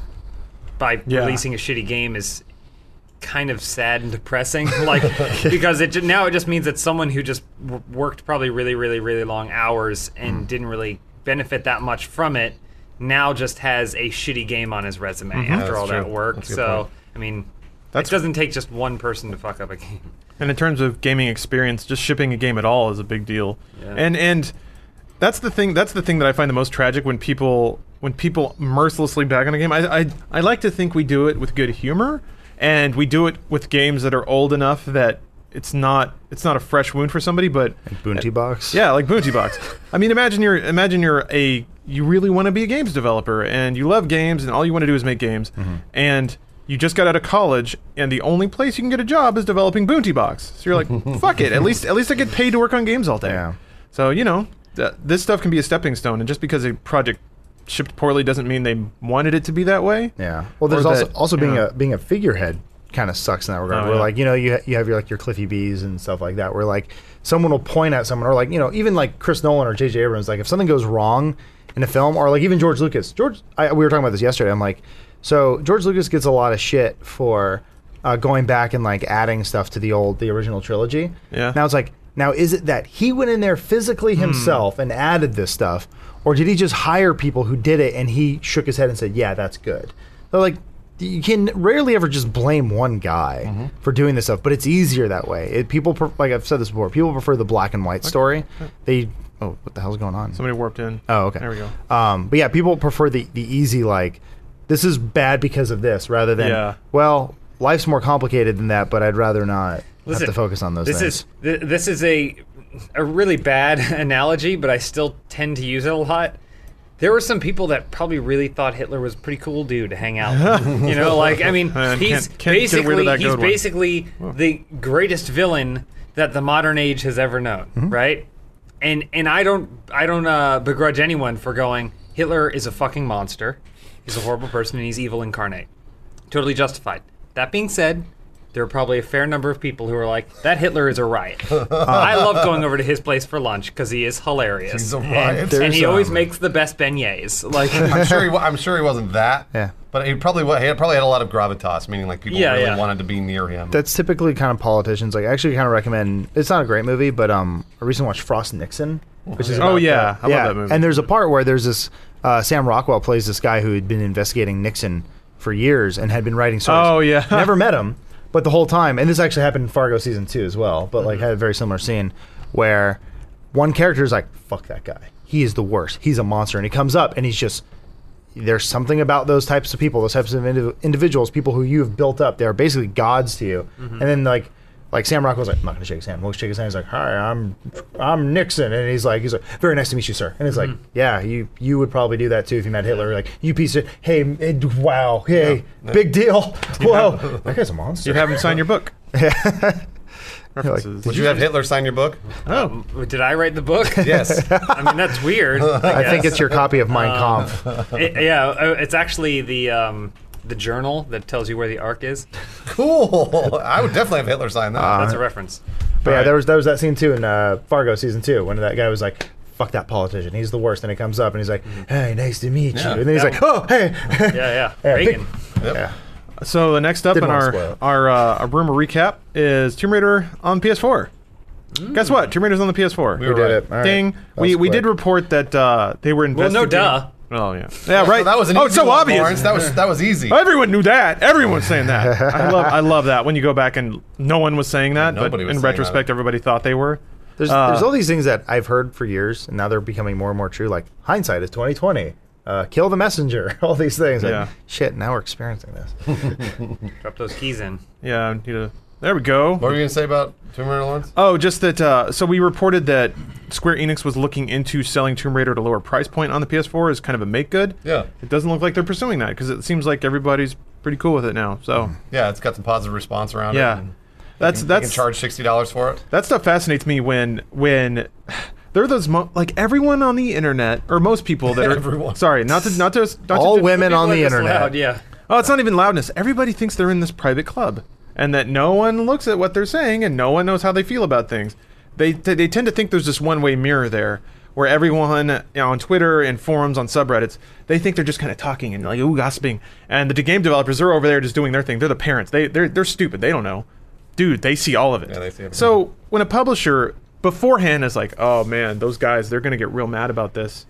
C: by
A: Yeah.
C: releasing a shitty game is kind of sad and depressing like because it ju- now it just means that someone who just w- worked probably really really really long hours
A: Hmm.
C: and didn't really benefit that much from it now just has a shitty game on his resume after
D: That's
C: all that
D: true.
C: work
D: That's a good
C: so
D: point.
C: i mean
A: Mm-hmm. That's-
C: it doesn't take just one person to fuck up a game
A: And in terms of gaming experience, just shipping a game at all is a big deal.
C: Yeah.
A: And and that's the thing. That's the thing that I find the most tragic when people when people mercilessly back on a game. I I, I like to think we do it with good humor, and we do it with games that are old enough that it's not it's not a fresh wound for somebody, but
B: Bounty box.
A: Uh, yeah, like Bounty Box. I mean, imagine you're imagine you're
B: Mm-hmm.
A: a you really want to be a games developer and you love games and all you want to do is make games and you just got out of college, and the only place you can get a job is developing Bounty Box. So you're like, fuck it. At least at least I get paid to work on games all day.
B: Yeah.
A: So you know, th- this stuff can be a stepping stone, and just because a project shipped poorly doesn't mean they wanted it to be that way.
B: Yeah. Well, there's
A: Or
B: also
A: that-
B: also being
A: yeah.
B: a being a figurehead kind of sucks in that regard.
A: Oh,
B: where
A: yeah.
B: like you know you ha- you have your like your Cliffy B's and stuff like that. Where like someone will point at someone or like you know even like Chris Nolan or J.J. Abrams. Like if something goes wrong in a film or like even George Lucas. George, I, we were talking about this yesterday. I'm like, so George Lucas gets a lot of shit for uh, going back and like adding stuff to the old the original trilogy.
A: Yeah.
B: Now it's like. Now, is it that he went in there
A: Hmm.
B: physically himself and added this stuff, or did he just hire people who did it and he shook his head and said, "Yeah, that's good"? So, like, you can rarely ever just blame one guy
A: Mm-hmm.
B: for doing this stuff, but it's easier that way. It, people, pre- like I've said this before, people prefer the black and white story. They, oh, what the hell's going on?
A: Somebody warped in.
B: Oh, okay.
A: There we go.
B: Um, but yeah, people prefer the the easy like, this is bad because of this, rather than
A: Yeah.
B: well, life's more complicated than that, but I'd rather not
C: Listen,
B: have to focus on those
C: This
B: things.
C: is th- this is a a really bad analogy, but I still tend to use it a lot. There were some people that probably really thought Hitler was a pretty cool dude to hang out. with. you know, like I mean,
A: Man,
C: he's
A: can't- can't get away with
C: basically
A: that
C: he's
A: good one.
C: basically the greatest villain that the modern age has ever known,
B: Mm-hmm.
C: right? And and I don't I don't uh, begrudge anyone for going. Hitler is a fucking monster. He's a horrible person and he's evil incarnate. Totally justified. That being said, there are probably a fair number of people who are like, that Hitler is a riot. I love going over to his place for lunch because he is hilarious.
D: He's a
C: And-
D: riot.
C: And, he
B: There's,
C: always
B: um,
C: makes the best beignets. Like,
D: I'm sure he. wa- I'm sure he wasn't that.
B: Yeah.
D: But he probably wa- he had- probably had a lot of gravitas, meaning like people
C: Yeah,
D: really
C: yeah.
D: wanted to be near him.
B: that's typically kind of politicians. Like, I actually kind of recommend. It's not a great movie, but um, I recently watched Frost Nixon, which is
A: Oh,
B: about
A: yeah.
B: that.
A: I love
B: yeah.
A: that movie.
B: And there's a part where there's this uh, Sam Rockwell plays this guy who had been investigating Nixon for years and had been writing stories.
A: Oh, yeah.
B: never met him, but the whole time, and this actually happened in Fargo season two as well. But
A: Mm-hmm.
B: like, had a very similar scene where one character is like, "Fuck that guy. He is the worst. He's a monster," and he comes up and he's just there's something about those types of people, those types of indiv- individuals, people who you have built up. They are basically gods to you. And then like, like Sam Rockwell's like, I'm not gonna shake his hand. We'll shake his hand. He's like, Hi, I'm, I'm Nixon, and he's like, he's like, very nice to meet you, sir. And it's like, yeah, you you would probably do that too if you met Hitler. Like, you piece of hey, eh, wow, hey, big deal. Whoa, that guy's a monster.
A: You'd have him sign your book. References.
D: Would you have Hitler sign your book?
A: oh,
C: did I write the book?
D: Yes.
C: I mean, that's weird. I,
B: I think it's your copy of Mein Kampf.
C: It- yeah, uh, it's actually the um, the journal that tells you where the Ark is.
D: cool. I would definitely have Hitler sign that.
A: Ah,
C: That's a reference.
B: But yeah, there was there was that scene too in uh, Fargo season two when that guy was like, "Fuck that politician, he's the worst." And he comes up and he's like, "Hey, nice to meet
D: Yeah.
B: you." And then he's
C: That
B: like, "Oh, hey."
C: Yeah, yeah.
B: Yeah, big-
C: Reagan.
D: Yep.
B: yeah.
A: so the next up
B: Didn't
A: in
B: wanna
A: our
B: spoil it.
A: our, uh, our rumor recap is Tomb Raider on PS4. Guess what? Tomb Raider's on the PS4.
D: were
B: Mm. We did
D: right.
B: it. All right.
A: Ding.
B: That
A: We
B: was
A: we
B: quick.
A: did report that uh, they were
C: Well,
A: investigating.
C: no, duh.
A: Oh yeah. Yeah, right.
D: So that was an
A: oh,
D: easy
A: it's so
D: one,
A: obvious.
D: Lawrence. That was that was easy.
A: Everyone knew that. Everyone's saying that. I love I love that when you go back and no one was saying that, but
D: nobody
A: in
D: was saying
A: retrospect
D: that.
A: everybody thought they were.
B: There's,
A: Uh,
B: there's all these things that I've heard for years, and now they're becoming more and more true. Like hindsight is 2020. Uh, kill the messenger. All these things. Like,
A: Yeah.
B: Shit. Now we're experiencing this.
C: Drop those keys in.
A: Yeah, I need to- there we go.
D: What were you gonna say about Tomb Raider, Lawrence?
A: Oh, just that. Uh, so we reported that Square Enix was looking into selling Tomb Raider at a lower price point on the PS4 as kind of a make good.
D: Yeah.
A: It doesn't look like they're pursuing that because it seems like everybody's pretty cool with it now. So
D: Yeah, it's got some positive response around it.
A: yeah,
D: and
A: that's
D: You Mm-hmm. can
A: that's
D: charge sixty dollars for it.
A: that stuff fascinates me when when. There are those mo- like everyone on the internet, or most people that are.
D: Everyone.
A: Sorry, not to not to not to
B: all
A: do-
B: women on
C: People are
B: the
C: just
B: internet.
C: loud, yeah.
A: Oh, it's not even loudness. Everybody thinks they're in this private club, and that no one looks at what they're saying, and no one knows how they feel about things. They they, they tend to think there's this one way mirror there, where everyone you know, on Twitter and forums on subreddits, they think they're just kind of talking and like ooh gossiping, and the game developers are over there just doing their thing. They're the parents. They they're they're stupid. They don't know. Dude, they see all of it.
D: Yeah, they see everything.
A: so when a publisher beforehand is like, oh man, those guys, they're gonna get real mad about this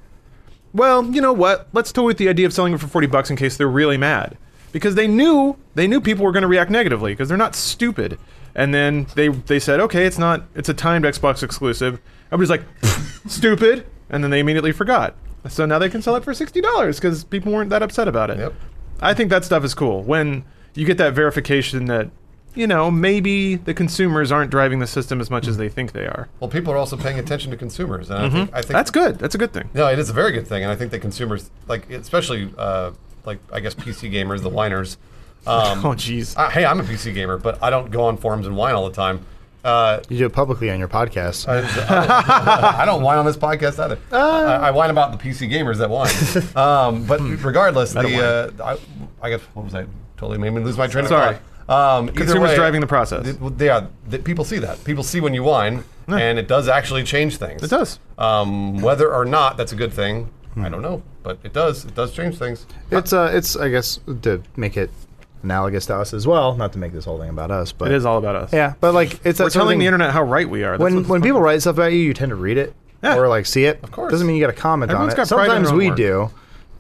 A: well, you know what? Let's toy with the idea of selling it for 40 bucks in case they're really mad. Because they knew they knew people were going to react negatively because they're not stupid. And then they they said, "Okay, it's not it's a timed Xbox exclusive." Everybody's like, "Pfft, "Stupid." And then they immediately forgot. So now they can sell it for $60 cuz people weren't that upset about it.
D: Yep.
A: I think that stuff is cool when you get that verification that you know, maybe the consumers aren't driving the system as
D: Mm-hmm.
A: much as they think they are.
D: Well, people are also paying attention to consumers, and I, think, I think
A: That's good. That's a good thing.
D: No, it is a very good thing, and I think that consumers, like especially uh, like I guess PC gamers, the whiners, Um,
A: Oh, jeez.
D: I- hey, I'm a PC gamer, but I don't go on forums and whine all the time. Uh,
B: You do it publicly on your podcast.
D: I, I don't, I don't whine on this podcast either.
A: Uh.
D: I, I whine about the PC gamers that whine. Um, but
A: Hmm.
D: regardless, the uh, I, I guess what was I? Totally made me lose my train
A: Sorry.
D: of thought. Um, either
A: Consumers
D: way,
A: driving the process.
D: th- well, yeah, th- people see that. People see when you whine, and it does actually change things.
A: It does. Hmm.
D: Um, whether or not that's a good thing, I don't know, but it does. It does change things.
B: It's uh, it's I guess to make it analogous to us as well. Not to make this whole thing about us, but
A: It is all about us.
B: Yeah, but like it's that
A: We're
B: sort of
A: telling
B: thing-
A: the internet how right we are. That's
B: When
A: what-
B: when people write stuff about you, you tend to read it
A: Yeah.
B: or like see it. Of
D: course.
B: doesn't mean you got to comment
A: Everyone's
B: on it.
A: got pride in their
B: Sometimes
A: own
B: we
A: work.
B: do.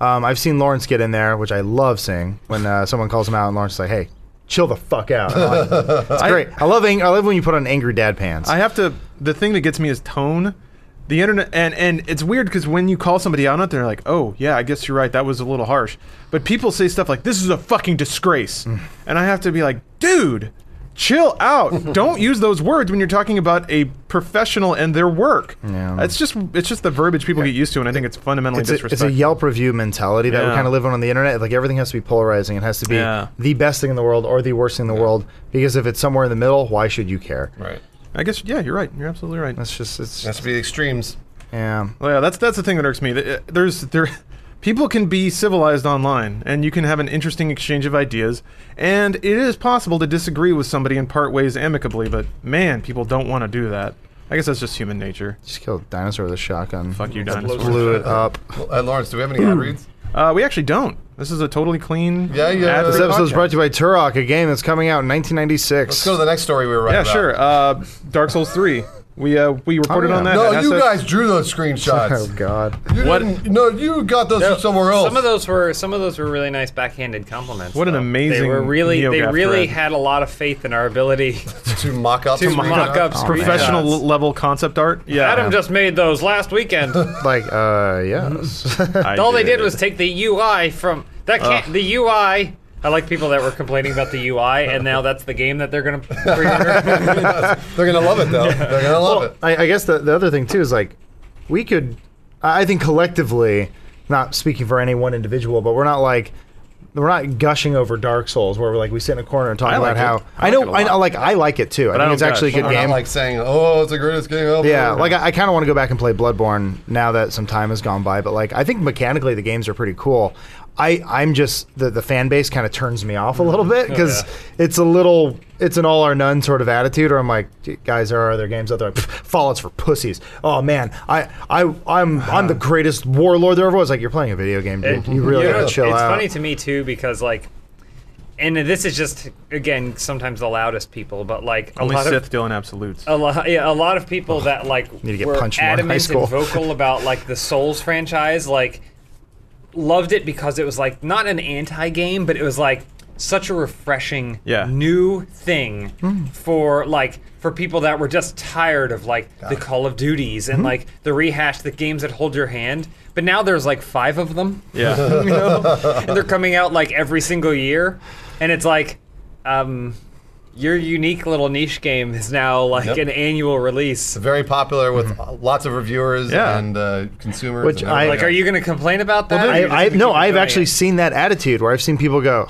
B: Um, I've seen Lawrence get in there, which I love seeing when uh, someone calls him out, and Lawrence is like, "Hey, chill the fuck out." And I'm like, It's great. I love ang- I love when you put on angry dad pants.
A: I have to. The thing that gets me is tone. The internet, and and it's weird because when you call somebody out on it, they're like, "Oh yeah, I guess you're right. That was a little harsh." But people say stuff like, "This is a fucking disgrace,"
B: Mm.
A: and I have to be like, "Dude, chill out. Don't use those words when you're talking about a professional and their work."
B: Yeah.
A: It's just it's just the verbiage people get used to, and I think it's fundamentally
B: it's a, it's
A: disrespectful.
B: a Yelp review mentality that
A: Yeah.
B: we kind of live on on the internet. Like everything has to be polarizing. It has to be
A: Yeah.
B: the best thing in the world or the worst thing in the world. Because if it's somewhere in the middle, why should you care?
D: Right.
A: I guess yeah, you're right. You're absolutely right.
B: That's just it's
D: It has to be the extremes.
B: yeah.
A: Well, yeah, that's that's the thing that irks me. Th- There's there, people can be civilized online, and you can have an interesting exchange of ideas, and it is possible to disagree with somebody and part ways amicably. But man, people don't want to do that. I guess that's just human nature.
B: Just killed a dinosaur with a shotgun.
A: Fuck you, dinosaur.
B: Blew it up.
D: Uh, Lawrence, do we have any ad reads?
A: Uh, we actually don't. This is a totally clean.
D: Yeah, yeah.
A: ad-free
B: This episode is
A: podcast.
B: brought to you by Turok, a game that's coming out in 1996.
D: Let's go to the next story we were writing
A: Yeah,
D: about.
A: sure. Uh, Dark Souls Three. We uh, we reported
B: yeah.
A: on that.
D: Oh, No,
A: It has
D: you
A: to-
D: guys drew those
B: Oh
D: screenshots.
B: God!
D: You
A: What-
D: didn't- No, you got those from somewhere else.
C: Some of those were some of those were really nice backhanded compliments.
A: What an
C: though. They
A: amazing
C: were really they
A: NeoGAF
C: really
A: thread.
C: had a lot of faith in our ability
D: to mock up.
C: to
D: screenshots.
C: mock up
B: Oh, man.
A: professional
C: screenshots.
A: level concept art. Yeah,
C: Adam just made those last weekend.
B: Like, uh, yes.
A: I
C: All they did was take the UI from that can't, the UI. I like people that were complaining about the UI, and now that's the game that they're gonna. pre-order.
D: They're gonna love it though. They're gonna love it.
B: I, I guess the, the other thing too is like, we could, I I think collectively, not speaking for any one individual, but we're not like. We're not gushing over Dark Souls, where we're like we sit in a corner and talk
A: I
B: about
A: like it.
B: how
A: I
B: I know.
A: like it a
B: I know,
A: lot.
B: like I like it too. I
A: I
B: think
A: don't
B: it's actually a
A: gush.
B: good
D: We're
B: game.
D: not like saying, "Oh, it's the greatest game ever."
B: yeah, like I, I kind of want to go back and play Bloodborne now that some time has gone by. But like, I think mechanically the games are pretty cool. I I'm just the the fan base kind of turns me
C: Mm-hmm.
B: off a little bit
C: Oh,
B: because it's a little it's an all or none sort of attitude. Or I'm like, "Gee, guys, there are other games out there. Like, "Pff, Fallout's for pussies. Oh man, I I I'm I'm the greatest warlord there ever was. Like you're playing a video game, dude. you really
C: Uh-huh. You know,
B: gotta chill
C: it's
B: out.
C: funny to me too because like, and this is just again sometimes the loudest people, but like a
A: only
C: lot
A: Sith
C: of. Oh.
A: deal in absolutes.
C: A lot, yeah, a lot of people that like
B: Need to get
C: were
B: punched more in high
C: adamant
B: school.
C: and vocal about like the Souls franchise, like loved it because it was like not an anti-game, but it was like such a refreshing
A: Yeah.
C: new thing
B: Hmm.
C: for like for people that were just tired of like the Call of Duties
B: Hmm.
C: and like the rehash, the games that hold your hand. But now there's like five of them.
A: yeah.
C: you know? and they're coming out like every single year, and it's like, um, your unique little niche game is now like
D: Yep.
C: an annual release.
D: Very popular with uh, lots of reviewers
A: Yeah.
D: and uh, consumers.
B: Which
D: and
B: I-
D: everything
C: Like, are you going to complain about that? or you just
B: I, I
C: gonna
B: no,
C: keep
B: I've
C: doing
B: actually
C: it?
B: seen that attitude where I've seen people go.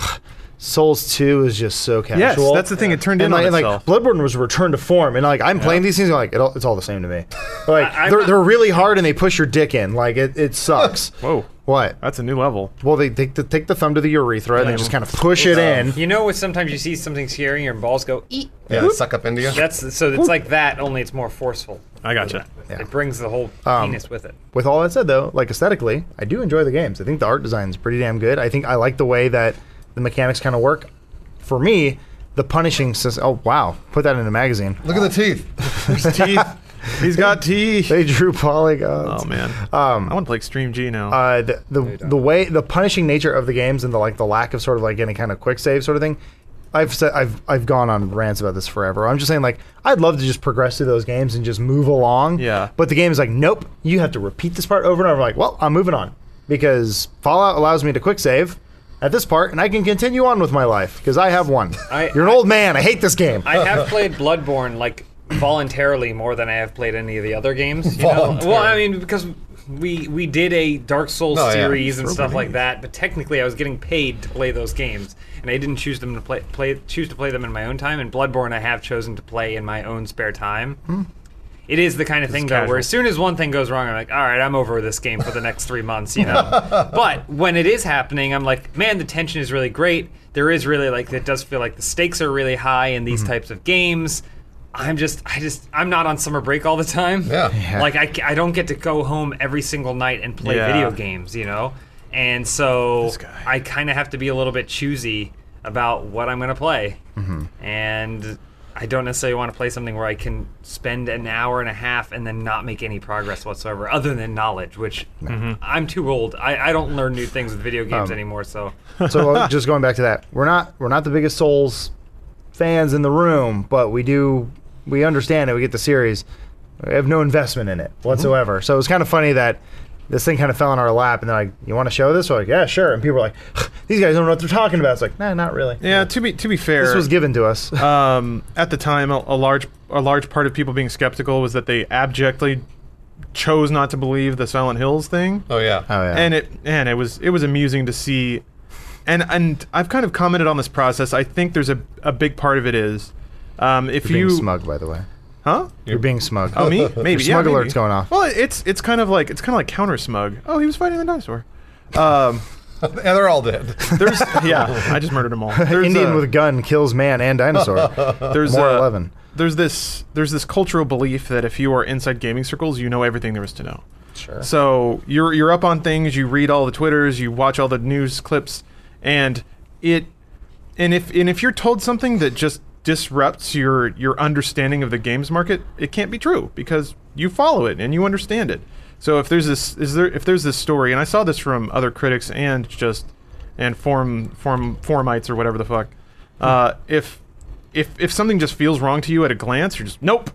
B: Souls 2 is just so casual.
A: Yes, that's the thing. It turned
B: and
A: in
B: like,
A: on
B: and like
A: itself.
B: Bloodborne was a return to form, and like I'm playing these things, and like it all, it's all the same to me. Like
C: I- I'm
B: they're
C: not-
B: they're really hard, and they push your dick in. Like it, it sucks.
A: Whoa,
B: What?
A: that's a new level.
B: Well, they take the take the thumb to the urethra and they just kind of push it in.
C: You know, what? Sometimes you see something scary, and your balls go eat.
D: yeah, they suck up India.
C: That's so. It's like that, only it's more forceful.
A: I gotcha.
C: It brings the whole
B: Um,
C: penis with it.
B: With all that said, though, like aesthetically, I do enjoy the games. I think the art design is pretty damn good. I think I like the way that the mechanics kind of work. For me, the punishing system. Oh wow, put that in a magazine.
D: Look at the teeth.
A: His teeth. He's got teeth.
B: They drew polygons.
A: Oh man,
B: Um,
A: I want to play Extreme G now.
B: uh, the the, the way the punishing nature of the games and the like the lack of sort of like any kind of quick save sort of thing. I've said I've I've gone on rants about this forever. I'm just saying like I'd love to just progress through those games and just move along.
A: Yeah.
B: But the game is like, nope, you have to repeat this part over and over. Like, well, I'm moving on because Fallout allows me to quick save at this part, and I can continue on with my life because I have one.
C: I-
B: You're an old man. I hate this game.
C: I have played Bloodborne like voluntarily more than I have played any of the other games. You know? Well, I mean because we we did a Dark Souls
D: No, yeah.
C: series and
D: We're
C: stuff like that, but technically I was getting paid to play those games, and I didn't choose them to play, play choose to play them in my own time. And Bloodborne, I have chosen to play in my own spare time. It is the kind of thing though,
A: casual.
C: where as soon as one thing goes wrong, I'm like, all right, I'm over this game for the next three months, you know. but when it is happening, I'm like, man, the tension is really great. There is really like it does feel like the stakes are really high in these types of games. I'm just, I just, I'm not on summer break all the time.
D: Yeah. Yeah.
C: Like I, ca- I don't get to go home every single night and play
A: Yeah.
C: video games, you know. And so
A: This guy.
C: I kind of have to be a little bit choosy about what I'm going to play.
B: Mm-hmm.
C: And I don't necessarily want to play something where I can spend an hour and a half and then not make any progress whatsoever, other than knowledge, which I'm too old. I, I don't learn new things with video
B: Um.
C: games anymore. So
B: so uh, just going back to that, we're not we're not the biggest Souls fans in the room, but we do we understand it. We get the series. We have no investment in it
A: Mm-hmm.
B: whatsoever. So it was kind of funny that this thing kind of fell in our lap, and they're like, "You want to show this?" We're like, "Yeah, sure." And people were like, "These guys don't know what they're talking about." It's like, "Nah, not really."
A: Yeah, to be to be fair,
B: This was given to us. Oh,
A: um, at the time a, a large a large part of people being skeptical was that they abjectly chose not to believe the Silent Hills thing.
D: Oh yeah.
B: Oh, yeah.
A: and it and it was it was amusing to see and and I've kind of commented on this process. I think there's a, a big part of it is um, if
B: You're
A: you
B: being smug, by the way.
A: huh
B: You're being smug.
A: oh me maybe
B: Your smug
A: yeah,
B: alert's
A: maybe.
B: going off.
A: Well, it's it's kind of like it's kind of like counter smug. Oh, he was fighting the dinosaur. Um,
D: yeah, they're all dead.
A: there's yeah, I just murdered them all. There's
B: Indian
A: a-
B: with gun kills man and dinosaur.
A: there's
B: More
A: a-
B: 11.
A: There's this there's this cultural belief that if you are inside gaming circles, you know everything there is to know. Sure. So you're you're up on things, you read all the twitters, you watch all the news clips, and it and if and if you're told something that just disrupts your your understanding of the games market, it can't be true because you follow it and you understand it. So if there's this is there if there's this story, and I saw this from other critics and just and form form formites or whatever the fuck. Uh, if if if something just feels wrong to you at a glance, you're just nope.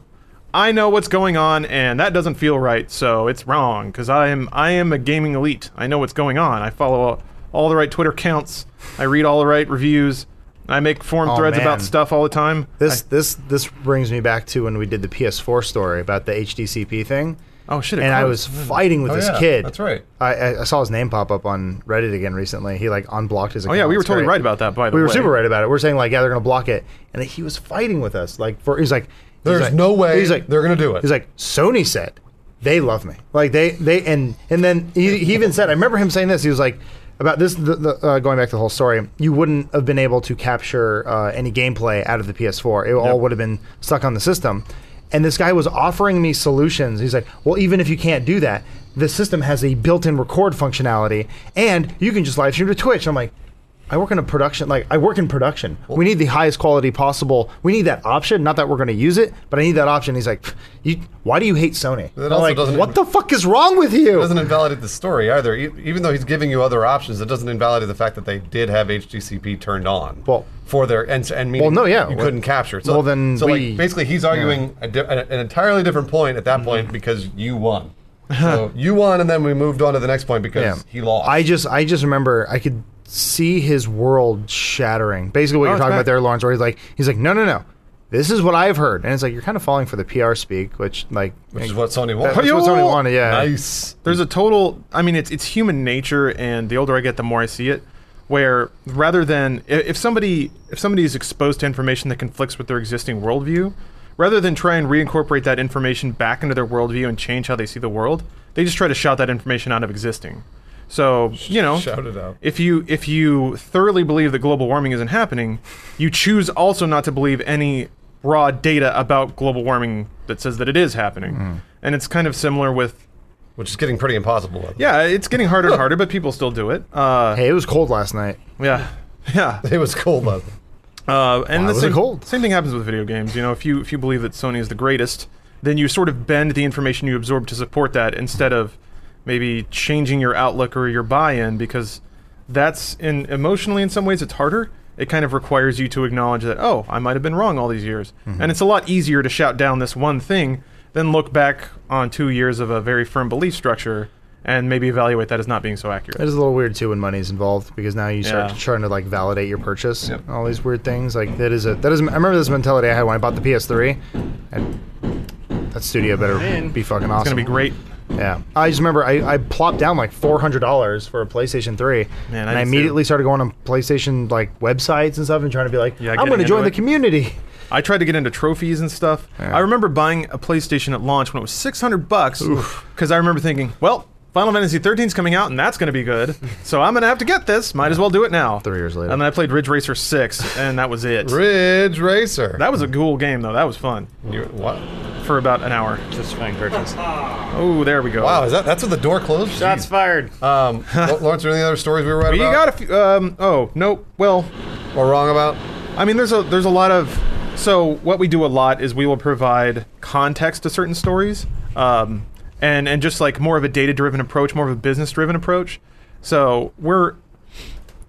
A: I know what's going on, and that doesn't feel right, so it's wrong. Because I am I am a gaming elite. I know what's going on. I follow all the right Twitter counts. I read all the right reviews. I make forum
B: Oh,
A: threads about
B: man.
A: stuff all the time.
B: This this this brings me back to when we did the PS4 story about the HDCP thing.
A: I, oh shit! it
B: and I
A: closed.
B: was fighting with
D: Oh,
B: this
D: yeah,
B: kid.
D: that's right.
B: I- I, I saw his name pop up on Reddit again recently. He like unblocked his.
A: Oh
B: account.
A: yeah, we were
B: It's
A: totally
B: great.
A: right about that. By the
B: We
A: way,
B: were super right about it. We're saying like, yeah, they're gonna block it, and he was fighting with us. Like for he's like, he's
D: There's
B: like-
D: no way
B: He's like,
D: they're gonna do it.
B: He's like, Sony said they love me. Like they they and and then he, he even said, I remember him saying this. He was like. About this, the, the, uh, going back to the whole story, you wouldn't have been able to capture uh, any gameplay out of the PS4. It all would have been stuck on the system. And this guy was offering me solutions. He's like, well, even if you can't do that, the system has a built in record functionality, and you can just live stream to Twitch. I'm like, I work in a production, like I work in production. we need the highest quality possible. We need that option. Not that we're going to use it, but I need that option. He's like, "Pff, you, why do you hate Sony? I'm
D: also
B: like,
D: doesn't-
B: what the fuck is wrong with you?
D: doesn't invalidate the story either. E- even though he's giving you other options, it doesn't invalidate the fact that they did have HTCP turned on.
B: Well-
D: for their and and meaning
B: Well, no, yeah.
D: you couldn't capture. it. So,
B: Well, then
D: so
B: we- Mm-hmm.
D: like basically he's arguing a di- an, an entirely different point at that point because you won. so you won, and then we moved on to the next point because he lost.
B: I just, I just remember I could see his world shattering.
D: Oh,
B: Basically, what you're
A: it's
B: talking
A: back.
B: about there, Lawrence, where he's like, he's like, no, no, no. This is what I've heard, and it's like you're kind of falling for the PR speak, which like,
D: which is what Sony
B: that's
D: won.
B: what Sony wanted. Yeah,
D: Nice.
A: There's a total. I mean, it's it's human nature, and the older I get, the more I see it. Where rather than i- if somebody if somebody is exposed to information that conflicts with their existing worldview, rather than try and reincorporate that information back into their worldview and change how they see the world, they just try to shout that information out of existing. So you know,
D: shout it out.
A: If you if you thoroughly believe that global warming isn't happening, you choose also not to believe any raw data about global warming that says that it is happening.
D: Mm.
A: And it's kind of similar with
D: Which is getting pretty impossible. by the way.
A: yeah, it's getting harder and harder, but people still do it. Uh,
B: hey, it was cold last night.
A: yeah, yeah.
D: It was cool, but
A: Uh, and the
B: was it
A: same,
B: cold?
A: same thing happens with video games. You know, if you if you believe that Sony is the greatest, then you sort of bend the information you absorb to support that instead of maybe changing your outlook or your buy-in because that's in emotionally in some ways it's harder. It kind of requires you to acknowledge that oh, I might have been wrong all these years,
B: Mm-hmm.
A: and it's a lot easier to shout down this one thing than look back on two years of a very firm belief structure and maybe evaluate that as not being so accurate.
B: It is a little weird too when money's involved because now you start
A: Yeah.
B: trying to like validate your purchase. All these weird things like that is a that is I remember this mentality I had when I bought the PS3. And that studio better
C: Man.
B: be fucking awesome.
A: It's gonna be great.
B: Yeah, I just remember I, I plopped down like four hundred dollars for a PlayStation Three,
A: Man, I
B: and I
A: did too.
B: immediately started going on PlayStation like websites and stuff and trying to be like,
A: Yeah,
B: I'm
A: getting
B: going to join
A: into
B: the
A: it.
B: community.
A: I tried to get into trophies and stuff. I remember buying a PlayStation at launch when it was 600 bucks because I remember thinking, well, Final Fantasy 13's coming out and that's going to be good, so I'm going to have to get this. Might as well do it now.
B: Three years later.
A: And then I played Ridge Racer 6, and that was it.
D: Ridge Racer.
A: That was a cool game though. That was fun
D: You- what?
A: for about an hour.
C: Just fine purchase.
A: Oh, there we go.
D: Wow, is that that's when the door closed?
C: Shots
D: Jeez.
C: fired.
D: Um, Lo- Lawrence, are there any other stories we were right
A: But you
D: about
A: got a few. Um, oh no. Well,
D: or wrong about?
A: I mean, there's a there's a lot of. So what we do a lot is we will provide context to certain stories, um, and and just like more of a data driven approach, more of a business driven approach. So we're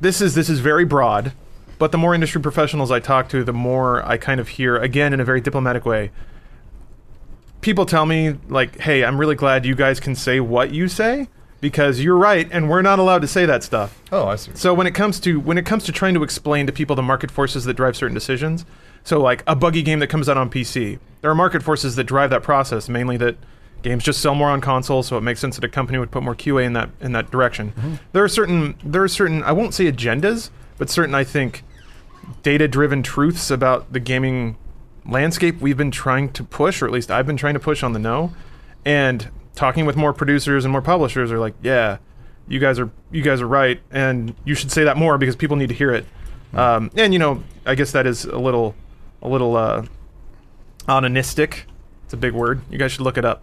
A: this is this is very broad, but the more industry professionals I talk to, the more I kind of hear again in a very diplomatic way. People tell me like, "Hey, I'm really glad you guys can say what you say because you're right, and we're not allowed to say that stuff."
D: Oh, I see.
A: So when it comes to when it comes to trying to explain to people the market forces that drive certain decisions, so like a buggy game that comes out on PC, there are market forces that drive that process. Mainly that games just sell more on console, so it makes sense that a company would put more QA in that in that direction. There are certain there are certain I won't say agendas, but certain I think data driven truths about the gaming landscape we've been trying to push, or at least I've been trying to push on the no. And talking with more producers and more publishers are like, yeah, you guys are you guys are right, and you should say that more because people need to hear it.
B: Hmm.
A: Um, and you know, I guess that is a little a little uh, onanistic. It's a big word. You guys should look it up.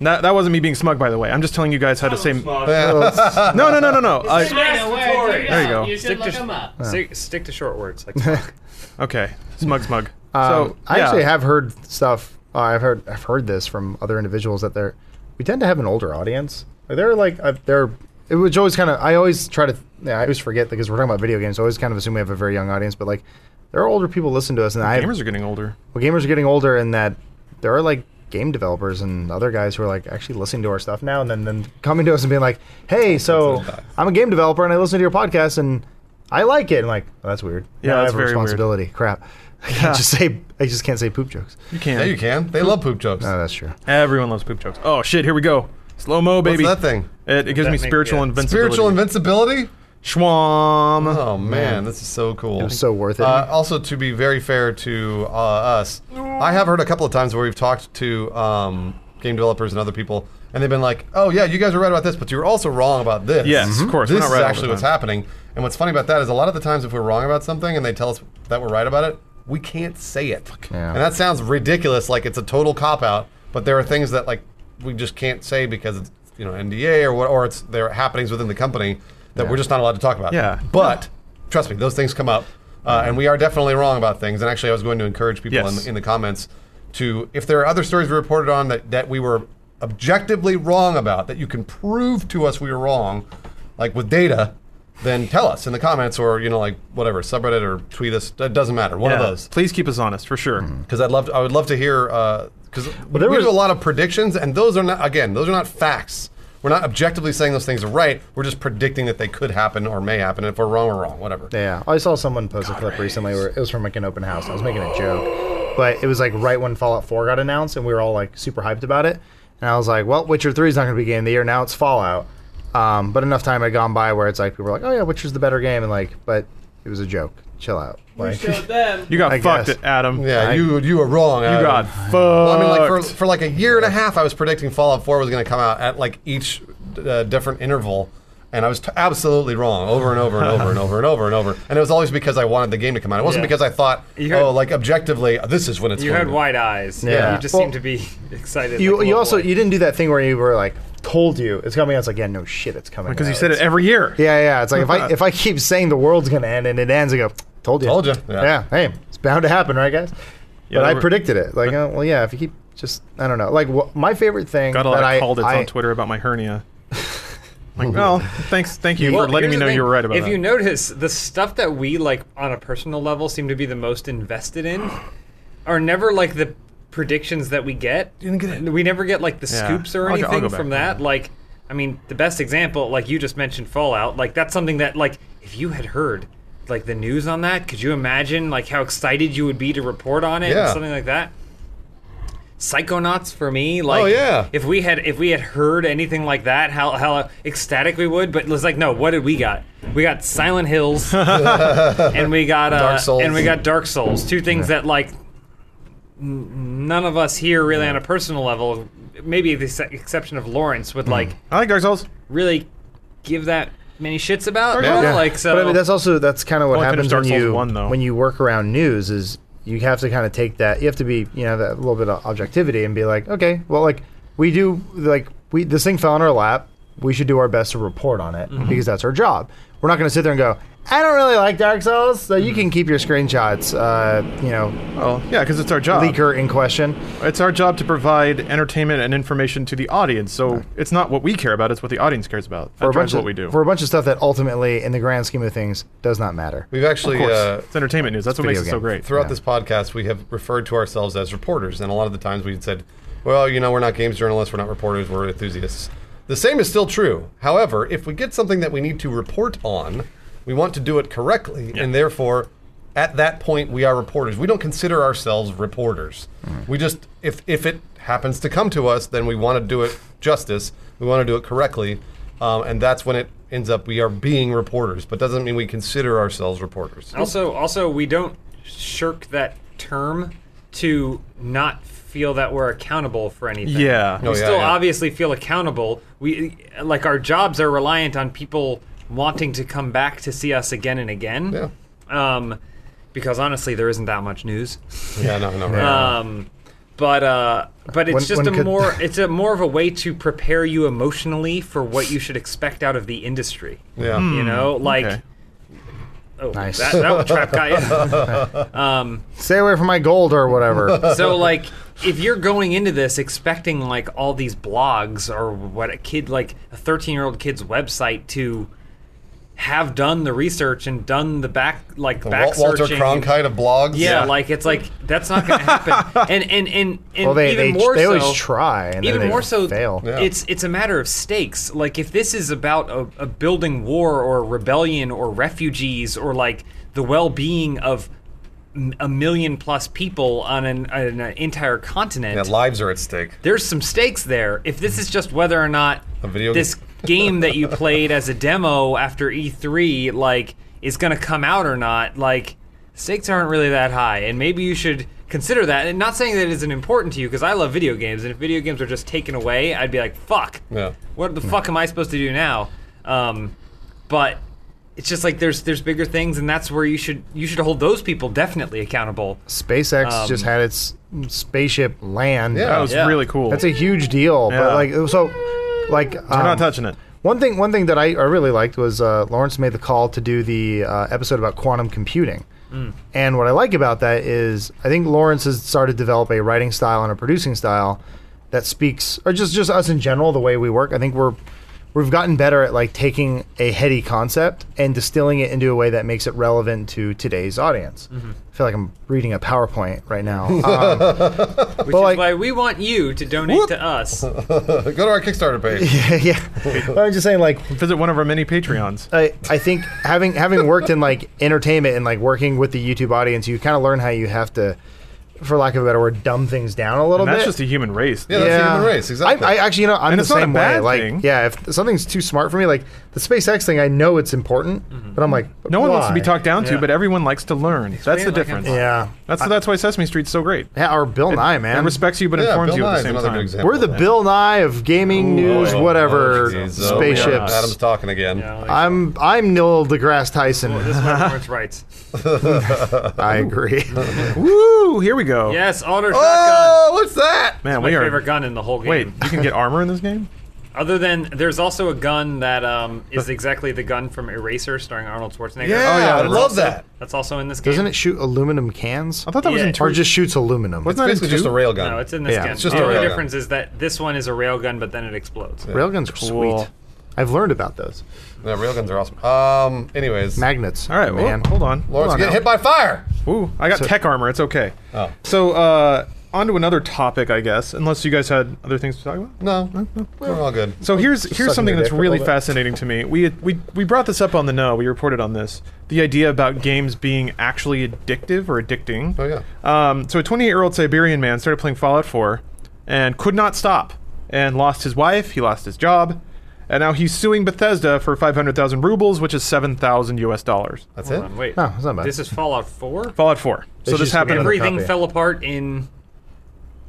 A: that, that wasn't me being smug, by the way. I'm just telling you guys how to say. No, no, no, no, no. I- There you go.
F: You
C: Stick
F: should
C: to
F: look
C: sh-
F: them up.
C: Stick, stick to short words. Like fuck.
A: okay, smug, smug.
B: Um,
A: so
B: I
A: yeah.
B: actually have heard stuff. Uh, I've heard I've heard this from other individuals that they're we tend to have an older audience. Like they're like uh, they're it was always kind of I always try to yeah, I always forget because we're talking about video games. I always kind of assume we have a very young audience, but like there are older people listen to us, and I
A: gamers are getting older.
B: well, gamers are getting older, and that there are like game developers and other guys who are like actually listening to our stuff now, and then then coming to us and being like, "Hey, so I'm a game developer, and I listen to your podcast, and I like it." And like, oh, that's weird.
A: Yeah,
B: Now I
A: that's
B: have a
A: very weird.
B: responsibility. Crap. I can't just say I just can't say poop jokes.
A: You can't.
D: Yeah, you can. They love poop jokes.
B: No, that's true.
A: Everyone loves poop jokes. Oh shit, here we go. Slow mo, baby.
D: that thing?
A: It, it gives
C: That
A: me
C: make-
A: spiritual
C: yeah.
A: invincibility.
D: Spiritual invincibility.
A: Schwam.
D: Oh man, this is so cool. It
B: was so worth it.
D: Uh, also, to be very fair to uh, us, I have heard a couple of times where we've talked to um, game developers and other people, and they've been like, "Oh yeah, you guys were right about this, but you were also wrong about this." Mm-hmm.
A: Yes, of Mhm. course, we're
D: This
A: not
D: is
A: right all
D: actually
A: the
D: what's
A: time.
D: happening. And what's funny about that is a lot of the times if we're wrong about something and they tell us that we're right about it, we can't say it.
B: Yeah.
D: And that sounds ridiculous, like it's a total cop out. But there are things that like we just can't say because it's you know NDA or what, or it's there are happenings within the company that we're just not allowed to talk about.
A: Yeah.
D: But trust me, those things come up, uh, and we are definitely wrong about things. And actually, I was going to encourage people
A: Yes.
D: in, in the comments to, if there are other stories we reported on that, that we were objectively wrong about, that you can prove to us we were wrong, like with data, then tell us in the comments or you know like whatever subreddit or tweet us. It doesn't matter. One
A: Yeah.
D: of those
A: Please keep us honest, for sure.
D: because I'd love to, I would love to hear because
B: there
D: we
B: was-
D: do a lot of predictions and those are not again those are not facts. We're not objectively saying those things are right. We're just predicting that they could happen or may happen. And if we're wrong, we're wrong. Whatever.
B: Yeah, I saw someone post a clip recently where it was from like an open house. and I was making a joke, but it was like right when Fallout 4 got announced, and we were all like super hyped about it. And I was like, "Well, Witcher 3 is not going to be game of the year now; it's Fallout." Um, but enough time had gone by where it's like people were like, "Oh yeah, Witcher's the better game," and like, but it was a joke. Chill out. Like,
F: Showed them.
A: You got
B: I
A: fucked,
B: guess.
A: Adam.
D: Yeah,
B: I-
D: you you were wrong.
A: You
D: Adam.
A: got fucked.
D: Well, I mean, like for, for like a year and a half, I was predicting Fallout 4 was going to come out at like each uh, different interval, and I was t- absolutely wrong over and over and over and over and over and over. And it was always because I wanted the game to come out. It wasn't
C: Yeah.
D: because I thought,
C: You had-
D: oh, like objectively, this is when it's.
C: You
D: going
C: had
D: to be."
C: wide eyes.
B: Yeah.
C: You just
B: Well,
C: seem to be excited.
B: you
C: like a
B: you
C: little
B: also
C: boy.
B: you didn't do that thing where you were like, "Told you it's coming." out. It's like, "Yeah, no shit, it's coming."
A: Because you
B: out."
A: said it
B: It's-
A: every year.
B: Yeah, yeah. It's like if I if I keep saying the world's gonna end and it ends, I go, told you,
D: Told you, yeah.
B: Yeah. Hey, it's bound to happen, right, guys? but
A: they
B: I
A: were-
B: predicted it. Like, oh, well, yeah. If you keep just, I don't know. Like, wh- my favorite thing
A: Got a
B: that
A: lot
B: I
A: of called it
B: I-
A: on Twitter about my hernia. like, well, thanks, thank you
C: Well,
A: for letting me
C: here's the
A: know
C: thing.
A: you were right about
C: If
A: that.
C: you notice, the stuff that we like on a personal level seem to be the most invested in are never like the predictions that we get.
A: didn't get it.
C: We never get like the
A: Yeah.
C: scoops or
A: I'll go- I'll
C: anything
A: go
C: from
A: back.
C: that. Like, I mean, the best example, like you just mentioned, Fallout. Like that's something that like if you had heard like the news on that, could you imagine like how excited you would be to report on it
D: Yeah.
C: and something like that? Psychonauts for
B: Oh,
C: me. Like,
D: yeah.
C: if we had if we had heard anything like that, how how ecstatic we would. But it was like, no, what did we got? We got Silent Hills, and we got uh,
B: Dark Souls.
C: and we got Dark Souls. Two things that like n- none of us here really on a personal level, maybe the ex- exception of Lawrence,
B: Hmm.
C: would like
A: I like Dark Souls.
C: really give that many shits about.
A: Yeah.
C: you know?
A: Yeah.
C: Like so.
B: but I mean, that's also that's kind of what
A: Only finished
B: happens
A: Dark
B: when
A: Souls
B: you
A: 1, though.
B: when you work around news is you have to kind of take that you have to be you know that little bit of objectivity and be like okay well like we do like we this thing fell on our lap we should do our best to report on it
A: Mm-hmm.
B: because that's our job we're not going to sit there and go I don't really like Dark Souls so
A: Mm-hmm.
B: you can keep your screenshots uh, you know
A: Oh, yeah, because it's our job.
B: leaker in question
A: It's our job to provide entertainment and information to the audience. So it's not what we care about; it's what the audience cares about. That
B: for a
A: drives
B: bunch
A: what
B: of
A: we do.
B: for a bunch of stuff that ultimately in the grand scheme of things does not matter
D: We've actually
A: Of course.
D: uh,
A: it's entertainment news. That's what makes
B: video
A: it so
B: game.
A: great.
D: throughout
B: Yeah.
D: this podcast we have referred to ourselves as reporters, and a lot of the times we've said, "Well, you know, we're not games journalists, we're not reporters, we're enthusiasts." The same is still true. However, if we get something that we need to report on, we want to do it correctly, and therefore, at that point, we are reporters. We don't consider ourselves reporters. We just, if if it happens to come to us, then we want to do it justice. We want to do it correctly, um, and that's when it ends up we are being reporters, but doesn't mean we consider ourselves reporters.
C: Also, also, we don't shirk that term to not feel that we're accountable for anything.
A: Yeah.
C: we
A: Oh, yeah,
C: still
D: yeah.
C: obviously feel accountable. We like our jobs are reliant on people wanting to come back to see us again and again. Yeah. Um, because honestly, there isn't that much news.
D: Yeah, no, no. Right.
A: Uh,
C: Um, but uh, but it's
B: When-
C: just
B: when
C: a
B: could-
C: more it's a more of a way to prepare you emotionally for what you should expect out of the industry.
D: yeah.
C: You know, like.
A: okay.
C: Oh,
B: Nice.
C: that, that trap guy. um,
B: stay away from my gold or whatever
C: so, like, if you're going into this expecting like all these blogs or what a kid, like a 13 year old kid's website to have done the research and done the back, like
D: Wal-
C: back
D: Walter
C: searching.
D: Cronkite of blogs.
C: Yeah, like it's like that's not going to happen. and and and, and
B: well they
C: even
B: they,
C: more
B: they
C: so,
B: always try and then
C: even
B: they
C: more so
B: fail
D: Yeah.
C: it's it's a matter of stakes like if this is about a, a building war or rebellion or refugees or like the well-being of m- a million plus people on an, an entire continent
D: Yeah, lives are at stake.
C: there's some stakes there if this is just whether or not
D: A video
C: this
D: game.
C: game that you played as a demo after E3 like is going to come out or not like stakes aren't really that high and maybe you should consider that and not saying that it isn't important to you because I love video games and if video games are just taken away I'd be like fuck
D: Yeah.
C: what the fuck am I supposed to do now um but it's just like there's there's bigger things and that's where you should you should hold those people definitely accountable
B: SpaceX
C: Um,
B: just had its spaceship land.
D: Yeah.
A: That was
C: Yeah.
A: really cool.
B: that's a huge deal.
A: Yeah.
B: But like, so, like,
A: We're
B: um,
A: not touching it.
B: One thing, one thing that I, I really liked was uh, Lawrence made the call to do the uh, episode about quantum computing.
C: Mm.
B: And what I like about that is I think Lawrence has started to develop a writing style and a producing style that speaks, or just just us in general, the way we work. I think we're we've gotten better at like taking a heady concept and distilling it into a way that makes it relevant to today's audience.
C: Mm-hmm.
B: I feel like I'm reading a PowerPoint right now. Um, Well,
C: which is
B: like-
C: why we want you to donate to us
D: Uh, Go to our Kickstarter page.
B: yeah, I'm just saying like
A: Visit one of our many Patreons.
B: I, I think having having worked in like entertainment and like working with the YouTube audience, you kind of learn how you have to, for lack of a better word, dumb things down a little
A: And that's
B: bit.
A: just the human race.
D: Yeah. that's the human race, exactly.
B: I, I actually, you know, I'm
A: And
B: the
A: it's not a
B: same way.
A: bad
B: Like,
A: thing.
B: yeah, if something's too smart for me, like the SpaceX thing, I know it's important, but I'm like,
A: Mm-hmm. No one wants to be
B: why?
A: talked down to,
C: Yeah.
A: but everyone likes to learn. That's the
C: weird, like,
A: difference.
C: I'm-
B: Yeah,
A: That's that's why Sesame Street's so great.
B: yeah, or Bill Nye, man.
A: It respects you, but
D: Yeah,
A: informs
D: Bill
A: you at
D: Nye is
A: the same
D: another
A: time.
D: good example.
B: We're the Bill Nye of gaming news,
D: Oh,
B: whatever
D: oh, geez. Oh, yeah.
B: spaceships.
D: Adam's talking again.
C: Yeah, like-
B: I'm I'm Neil deGrasse Tyson.
A: Oh,
C: Well, Oh, this is what Lawrence writes.
B: I agree.
A: Woo! Here we go.
C: Yes, auto shotgun.
D: Oh, what's that?
A: Man,
C: My
A: we are.
C: favorite gun in the whole game.
A: Wait, you can get armor in this game?
C: Other than there's also a gun that um, is exactly the gun from Eraser, starring Arnold Schwarzenegger.
D: Yeah,
A: yeah,
D: I
A: that's
D: love that.
C: That's also in this game.
B: Doesn't it shoot aluminum cans?
A: I thought that was
C: Yeah.
A: in
B: or
A: Tur-
B: just shoots aluminum.
A: Wasn't that in
D: Basically, just
A: two?
D: a rail gun.
C: No, it's in this
B: Yeah,
C: game.
B: it's
D: just a
C: the only
D: railgun.
C: difference is that this one is a railgun, but then it explodes.
B: Railguns are
A: Cool.
B: sweet. I've learned about those.
D: No, rail guns are awesome. Um. Anyways,
B: Magnets.
A: All right,
B: man.
A: well, hold on. hold
D: Lawrence
A: on
D: get
A: now.
D: hit by fire.
A: Ooh, I got tech armor. It's okay.
D: Oh.
A: So, uh, on to another topic, I guess, unless you guys had other things to talk about.
D: No, we're all good.
A: So here's here's
B: Oh, sucking
A: something
B: their
A: that's
B: dick a
A: really
B: little bit.
A: fascinating to me. We we we brought this up on the no. We reported on this. The idea about games being actually addictive or addicting.
D: Oh yeah.
A: Um, so a 28 year old Siberian man started playing Fallout 4 and could not stop and lost his wife, he lost his job, and now he's suing Bethesda for 500,000 rubles, which is 7,000 US dollars.
B: Uh,
D: That's
C: Hold
D: it.
C: on, Um, wait.
B: No, it's not bad.
C: This is Fallout 4?
A: Fallout 4. so this
B: should just make
A: happened.
B: another
C: Everything
B: copy.
C: fell apart in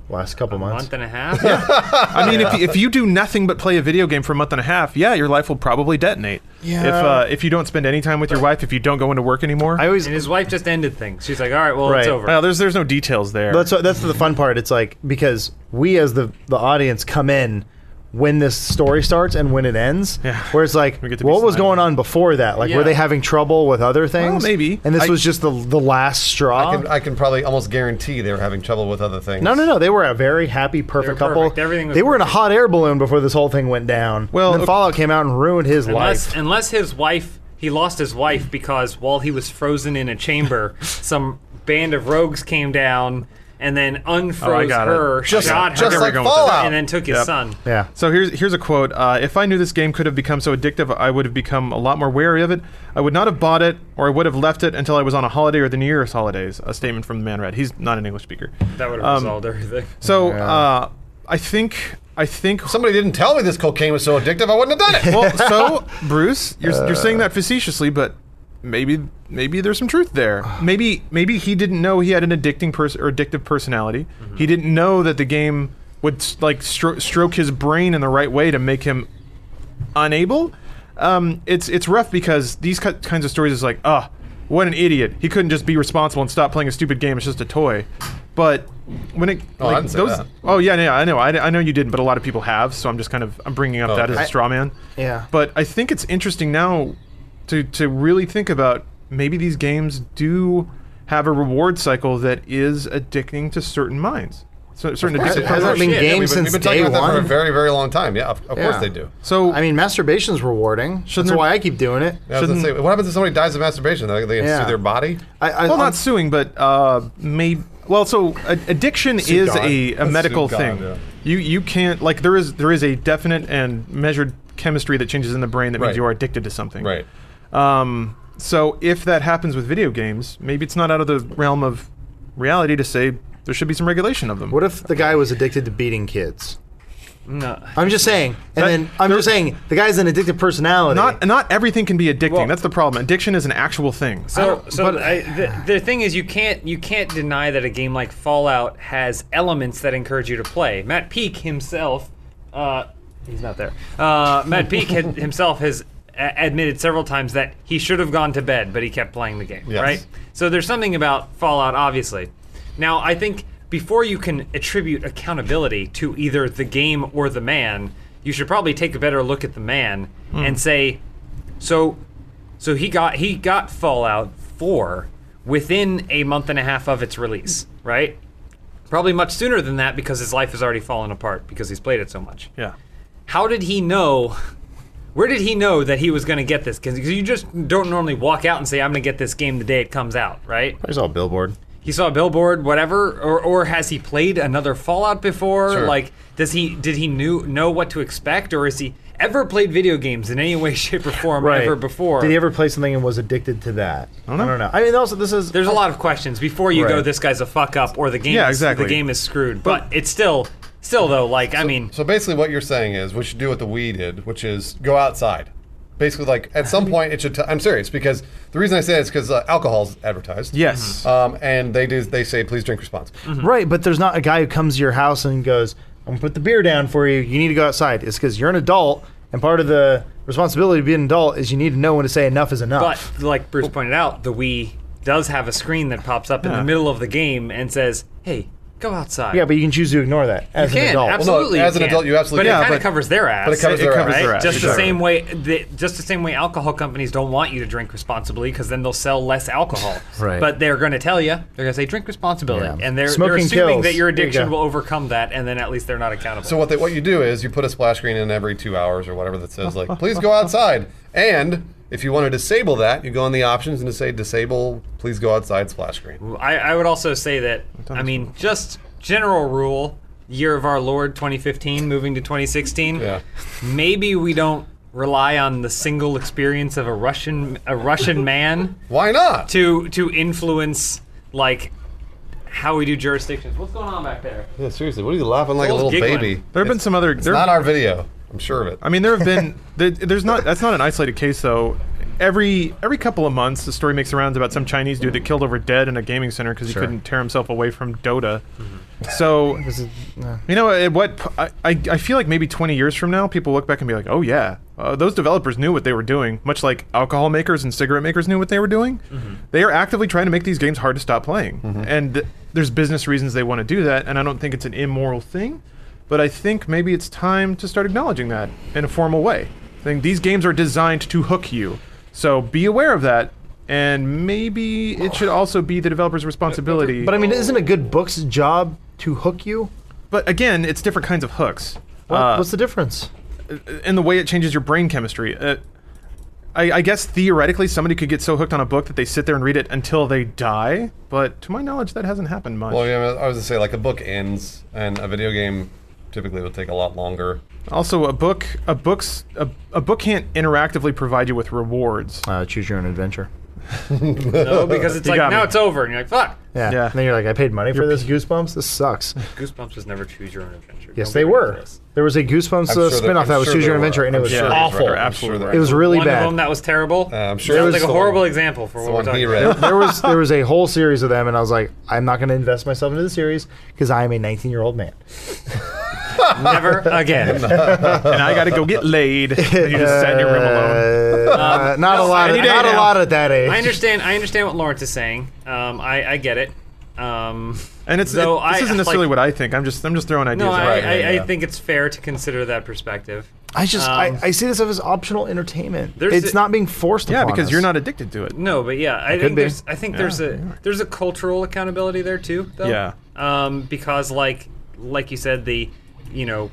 B: Last couple
C: a
B: months.
C: month and a half?
A: I mean, if, if you do nothing but play a video game for a month and a half, yeah, your life will probably detonate.
B: Yeah.
A: If uh, if you don't spend any time with your wife, if you don't go into work anymore,
B: I always
C: And his wife just ended things. She's like, all right, well, it's
B: Right.
C: over.
A: well, there's there's no details there.
B: That's what, that's the fun part. It's like because we as the the audience come in when this story starts and when it ends.
A: Yeah.
B: Where it's like,
A: We get to be
B: what was
A: silent.
B: going on before that? Like,
C: Yeah.
B: were they having trouble with other things?
A: maybe.
B: And this
A: I-
B: was just the the last straw.
D: I can, I can probably almost guarantee they were having trouble with other things.
B: no, no, no. They were a very happy, perfect
C: They were
B: couple.
C: perfect. Everything was
B: they were in a hot air balloon before this whole thing went down.
A: Well,
B: and then
A: okay.
B: Fallout came out and ruined his
C: unless,
B: life.
C: unless his wife, he lost his wife because while he was frozen in a chamber, some band of rogues came down and then unfroze
A: Oh, got it.
C: her,
D: Just-
C: shot
D: just
C: her,
D: like
A: Where we're going with
D: Fallout.
C: and then took his
A: Yep.
C: son.
B: Yeah.
A: So here's here's a quote. Uh, if I knew this game could have become so addictive, I would have become a lot more wary of it. I would not have bought it, or I would have left it until I was on a holiday or the New Year's holidays. A statement from the man read. He's not an English speaker.
C: That would have
A: Um,
C: resolved everything.
A: So uh, I think I think.
D: Somebody didn't tell me this cocaine was so addictive. I wouldn't have done it.
A: Well, so Bruce, you're you're saying
D: Uh.
A: that facetiously, but maybe maybe there's some truth there. Maybe maybe he didn't know he had an addicting person or addictive personality.
D: Mm-hmm.
A: He didn't know that the game would s- like stro- stroke his brain in the right way to make him unable. Um, it's it's rough because these ki- kinds of stories is like, ah, what an idiot. He couldn't just be responsible and stop playing a stupid game. It's just a toy. But when it
D: Oh, I
A: like,
D: didn't say
A: those
D: that.
A: oh yeah yeah I know I, I know you didn't, but a lot of people have. So I'm just kind of I'm bringing up that as a
D: Oh, I-
A: straw man.
B: Yeah.
A: But I think it's interesting now to to really think about maybe these games do have a reward cycle that is addicting to certain minds. So, certain
B: course
A: addictive
B: it has.
A: parts.
B: Hasn't been
D: Yeah,
B: game
D: we've
B: since
D: we've been talking
B: day
D: about that
B: one.
D: for a very, very long time. Yeah, of, of course
B: Yeah.
D: they do.
A: So
B: I mean, masturbation's rewarding. That's
A: there-
B: why I keep doing it.
D: Yeah, I was gonna
A: Shouldn't-
D: say, what happens if somebody dies of masturbation? They, they
B: Yeah.
D: sue their body.
B: I, I,
A: well,
B: I'm-
A: not suing, but uh, maybe. Well, so a- addiction
D: Sue
A: is
D: God.
A: a, a
D: Let's
A: medical
D: sue God,
A: thing.
D: yeah.
A: You you can't like there is there is a definite and measured chemistry that changes in the brain that
D: Right.
A: means you are addicted to something.
D: Right.
A: Um, so if that happens with video games, maybe it's not out of the realm of reality to say there should be some regulation of them.
B: What if the guy was addicted to beating kids?
C: No.
B: I'm just saying. And
A: That-
B: then I'm just saying the guy's an addictive personality.
A: not not everything can be addicting.
C: Well-
A: That's the problem. Addiction is an actual thing.
C: So, so
B: but-
C: I, the, the thing is, you can't you can't deny that a game like Fallout has elements that encourage you to play. Matt Peak himself, uh, he's not there. Uh, Matt Peak had, himself has a- admitted several times that he should have gone to bed, but he kept playing the game.
D: Yes.
C: Right. So there's something about Fallout, obviously. Now, I think before you can attribute accountability to either the game or the man, you should probably take a better look at the man and say, so, so he got he got Fallout Four within a month and a half of its release, right? Probably much sooner than that because his life has already fallen apart because he's played it so much
A: yeah.
C: how did he know? Where did he know that he was going to get this? Because you just don't normally walk out and say, "I'm going to get this game the day it comes out," right?
B: I saw a billboard.
C: He saw a billboard, whatever, or, or has he played another Fallout before?
D: Sure.
C: Like, does he did he knew know what to expect, or has he ever played video games in any way, shape, or form ever before?
B: Did he ever play something and was addicted to that? I don't know. I mean, also this is
C: There's a lot of questions before you go.
B: Right.
C: This guy's a fuck up, or the game,
A: Yeah,
C: is-
A: exactly.
C: the game is screwed. But, it's still, still though, like I mean,
D: So basically, what you're saying is we should do what the we did, which is go outside. Basically, like at some point, it should. i I'm serious because the reason I say it is because uh, alcohol is advertised.
A: Yes.
D: Um, and they do. They say please drink responsibly.
B: right, but there's not a guy who comes to your house and goes, "I'm gonna put the beer down for you. You need to go outside." It's because you're an adult, and part of the responsibility of being an adult is you need to know when to say enough is enough.
C: But like Bruce pointed out, the Wii does have a screen that pops up in
A: Yeah.
C: the middle of the game and says, "Hey, go outside."
B: yeah, but you can choose to ignore that as
C: you
B: an
C: can
B: adult.
C: absolutely.
D: as an
C: can.
D: adult, you absolutely
C: But it
D: can.
C: kind
A: Yeah,
C: of
A: but-
C: covers their ass.
D: but it covers
A: It
D: their
A: covers
D: ass.
C: right?
A: their ass,
C: Just the
A: exactly.
C: same way, the, just the same way alcohol companies don't want you to drink responsibly because then they'll sell less alcohol.
B: Right.
C: But they're going to tell you they're going to say drink responsibly,
B: Yeah.
C: and they're, they're
B: Smoking
C: assuming
B: kills.
C: that your
B: There you
C: addiction
B: go.
C: will overcome that, and then at least they're not accountable.
D: So what they, what you do is you put a splash screen in every two hours or whatever that says like please go outside. And if you want to disable that, you go in the options and just say disable please go outside splash screen.
C: I, I would also say that I mean just general rule year of our Lord 2015 moving to 2016
D: Yeah.
C: maybe we don't rely on the single experience of a Russian a Russian man
D: Why not?
C: to to influence like how we do jurisdictions. What's going on back there?
D: Yeah, seriously, what are you laughing like
C: Joel's
D: a little
C: giggling.
D: baby?
A: There have been some other.
D: It's
A: there-
D: not our video. I'm sure of it.
A: I mean, there have been. there, there's not. That's not an isolated case, though. Every every couple of months, the story makes rounds about some Chinese dude that killed over dead in a gaming center because he couldn't tear himself away from Dota.
D: Mm-hmm.
A: So, you know, at what p- I, I I feel like maybe 20 years from now, people look back and be like, oh yeah, uh, those developers knew what they were doing, much like alcohol makers and cigarette makers knew what they were doing. They are actively trying to make these games hard to stop playing, and th- there's business reasons they want to do that, and I don't think it's an immoral thing. But I think maybe it's time to start acknowledging that in a formal way. I think these games are designed to hook you. So be aware of that. And maybe it should also be the developer's responsibility.
B: But I mean, isn't a good book's job to hook you?
A: but again, it's different kinds of hooks.
B: What,
A: Uh,
B: what's the difference?
A: and the way it changes your brain chemistry. Uh, I, I guess theoretically, somebody could get so hooked on a book that they sit there and read it until they die. But to my knowledge, that hasn't happened much.
D: Well, yeah, I was gonna say like a book ends, and a video game typically will take a lot longer.
A: Also, a book, a book's, a, a book can't interactively provide you with rewards.
B: Uh, choose your own adventure.
C: No, because it's
A: You
C: like
A: got
C: now
A: me.
C: it's over, and you're like, fuck.
B: Yeah.
A: Yeah.
B: And then you're like, I paid money for this Goosebumps. This sucks.
C: Goosebumps was never choose your own adventure.
B: yes,
C: Nobody
B: they
C: remembers
B: were.
C: this.
B: There was a Goosebumps
D: I'm
B: uh,
D: sure there-
B: spinoff
D: I'm
B: that was
D: sure
B: Choose Your
D: there
B: Own
D: were.
B: Adventure, and it
D: I'm
B: was
D: sure there
B: awful.
D: were. I'm
A: Absolutely
D: sure
A: right.
D: there
B: It was
D: were.
B: really
C: One
B: bad.
C: of them that was terrible.
D: Uh, I'm sure
C: Sounds
D: it was
C: like a
D: the
C: horrible
D: one-
C: example for
D: it's
C: what we're
D: the one
C: talking
D: he
C: about.
D: read.
B: there was there was a whole series of them, and I was like, I'm not going to invest myself into the series because I am a 19 year old man.
C: Never again.
A: and I got to go get laid. And you just sat in your room alone.
B: Uh, not a lot.
C: any
B: At,
C: day
B: not a
C: now.
B: lot at that age.
C: I understand. I understand what Lawrence is saying. Um, I, I get it. Um,
A: And it's
C: though
A: it- this
C: I-
A: isn't necessarily
C: like-
A: what I think. I'm just I'm just throwing ideas.
C: no,
A: out.
C: I,
D: right,
C: I,
D: yeah, yeah.
C: I think it's fair to consider that perspective.
B: I just
C: Um,
B: I, I see this stuff as optional entertainment.
C: There's
B: It's
C: a-
B: not being forced.
A: yeah,
B: upon
A: because
B: us.
A: you're not addicted to it.
C: No, but yeah, I
B: could
C: think
B: be.
C: there's I think there's a there's a cultural accountability there too. Though.
A: Yeah.
C: Um, because like like you said, the you know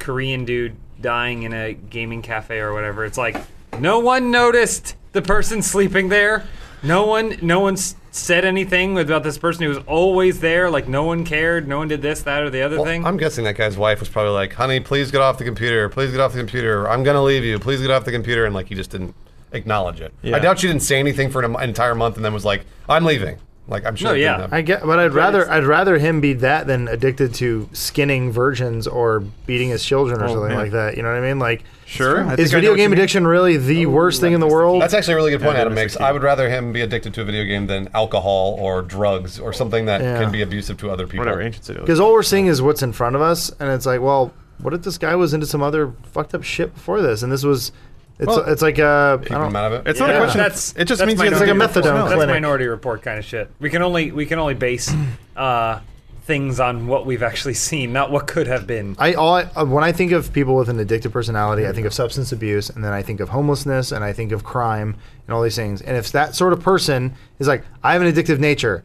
C: Korean dude dying in a gaming cafe or whatever. It's like no one noticed the person sleeping there. No one no one s- said anything about this person who was always there. Like no one cared. No one did this, that, or the other thing.
D: Well, I'm guessing that guy's wife was probably like, "Honey, please get off the computer. Please get off the computer. I'm gonna leave you. Please get off the computer." And like, he just didn't acknowledge it.
A: Yeah.
D: I doubt she didn't say anything for an em- entire month, and then was like, "I'm leaving." Like, I'm sure.
C: No,
D: it
C: yeah.
D: didn't happen.
B: I get, but I'd rather
C: it's-
B: I'd rather him be that than addicted to skinning virgins or beating his children or something
A: Oh, man.
B: like that. You know what I mean? Like,
A: Sure, I
B: is
A: think I know
B: video
A: what you
B: game
A: mean. Oh,
B: addiction really the worst thing in the world?
D: That's actually a really good point
A: Yeah,
D: Adam
A: that is
D: makes.
A: the key.
D: I would rather him be addicted to a video game than alcohol or drugs or something that
B: Yeah.
D: can be abusive to other people.
A: Whatever ancient city.
B: Because all we're seeing is what's in front of us, and it's like, well, what if this guy was into some other fucked up shit before this? And this was, it's
A: Well,
B: it's like uh, I
D: Keep
B: don't,
D: him out of it.
A: It's not a
B: Yeah.
A: question. of-
C: That's-
A: it just
C: that's
A: means
C: my
A: you have
B: It's
A: to
B: like
A: be
B: a
A: responsible.
B: methadone.
A: No,
C: That's
B: clinic.
C: Minority Report kind of shit. We can only we can only base uh, things on what we've actually seen, not what could have been.
B: I all I, uh, when I think of people with an addictive personality, I think of substance abuse, and then I think of homelessness, and I think of crime, and all these things. And if that sort of person is like, I have an addictive nature,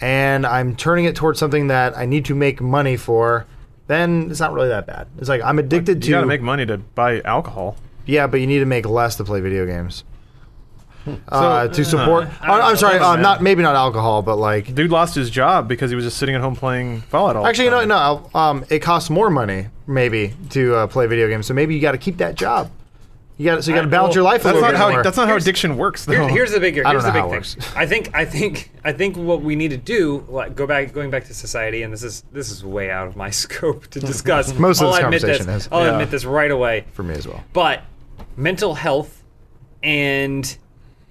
B: and I'm turning it towards something that I need to make money for, then it's not really that bad. It's like I'm addicted
A: You got
B: to
A: to make money to buy alcohol.
B: yeah, but you need to make less to play video games. Uh, to support,
A: I
B: I, am sorry,
A: Hold on,
B: uh,
A: man.
B: not maybe not alcohol, but like
A: Dude lost his job because he was just sitting at home playing Fallout all the
B: Actually,
A: time.
B: no, no. Um, it costs more money maybe to uh, play video games, so maybe you got to keep that job. You got so you got to
C: I-
B: balance
C: well,
B: your life a
A: That's
B: little
A: not
B: bit
A: how
B: more.
A: that's not how
C: Here's-
A: addiction works though.
C: Here's, here's the bigger.
B: Oh, I
C: Here's
B: don't
C: the
B: know
C: big
B: how it
C: thing.
B: works.
C: I think. I think. I think what we need to do, like, go back, going back to society, and this is this is way out of my scope to discuss.
B: Most of
C: I'll
B: this
C: admit
B: conversation
C: this.
B: is.
C: I'll
A: Yeah.
C: admit this right away.
B: for me as well.
C: But mental health and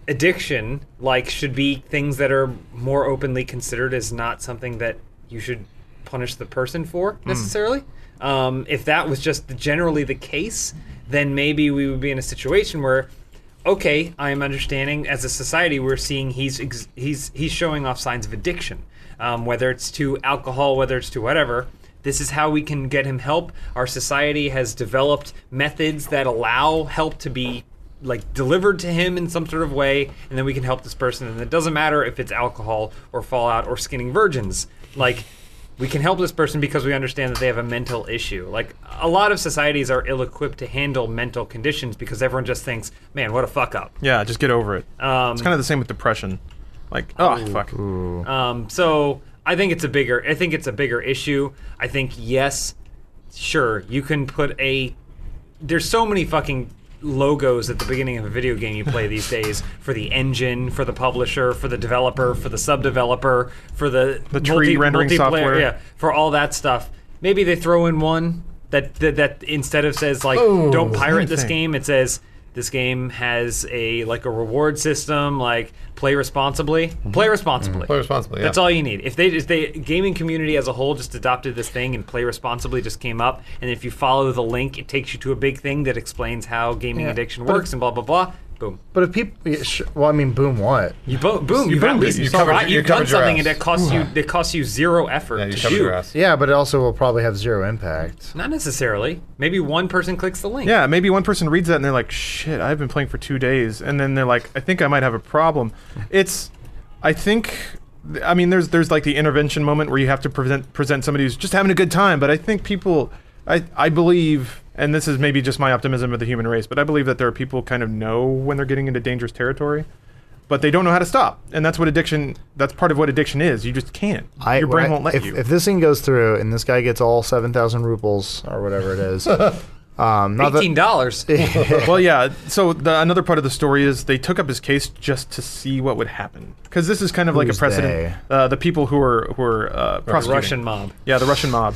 C: addiction, like, should be things that are more openly considered as not something that you should punish the person for necessarily. Um, if that was just the, generally the case, then maybe we would be in a situation where, okay, I am understanding as a society we're seeing he's ex- he's he's showing off signs of addiction, um, whether it's to alcohol, whether it's to whatever. This is how we can get him help. Our society has developed methods that allow help to be like delivered to him in some sort of way, and then we can help this person. And it doesn't matter if it's alcohol or Fallout or skinning virgins. Like we can help this person because we understand that they have a mental issue. Like a lot of societies are ill-equipped to handle mental conditions because everyone just thinks, "Man, what a fuck up."
A: Yeah, just get over it.
C: Um,
A: it's kind of the same with depression. Like, oh fuck.
C: Um, so I think it's a bigger. I think it's a bigger issue. I think yes, sure you can put a. There's so many fucking logos at the beginning of a video game you play these days for the engine, for the publisher, for the developer, for the sub developer, for the,
A: The tree rendering
C: multiplayer-
A: software.
C: Yeah, for all that stuff. Maybe they throw in one that that, that instead of says like
A: Oh,
C: don't pirate this game, it says this game has a like a reward system, like play responsibly. Play
A: Mm-hmm.
C: responsibly.
D: Play responsibly. Yeah.
C: That's all you need. If they if the gaming community as a whole just adopted this thing and play responsibly just came up, and if you follow the link, it takes you to a big thing that explains how gaming
B: Yeah.
C: addiction
B: But
C: works and blah blah blah. Boom.
B: But if people, yeah, sh- well, I mean, boom, what?
C: You bo- boom. You've
D: boomed
C: at
D: it.
C: least
D: You
C: tried-
D: covered your- you
C: you've done
D: covered your
C: something
D: ass.
C: and it costs you it costs you zero effort
D: yeah, you
C: to
D: covered
C: do.
D: your ass.
B: Yeah, but it also will probably have zero impact.
C: Not necessarily. Maybe one person clicks the link.
A: Yeah, maybe one person reads that and they're like, "Shit, I've been playing for two days," and then they're like, "I think I might have a problem." It's, I think, I mean, there's there's like the intervention moment where you have to present present somebody who's just having a good time, but I think people, I I believe, and this is maybe just my optimism of the human race, but I believe that there are people who kind of know when they're getting into dangerous territory. But they don't know how to stop, and that's what addiction. That's part of what addiction is. You just can't.
B: I,
A: Your brain
B: when I-
A: won't let
B: if,
A: you.
B: If this thing goes through and this guy gets all 7,000 rubles or whatever it is, um, not
C: Eighteen dollars.
A: well, yeah. So the, another part of the story is they took up his case just to see what would happen because this is kind of like
B: Who's
A: a precedent. Uh, the people who are who are uh, prosecuting.
C: Russian mob.
A: Yeah, the Russian mob.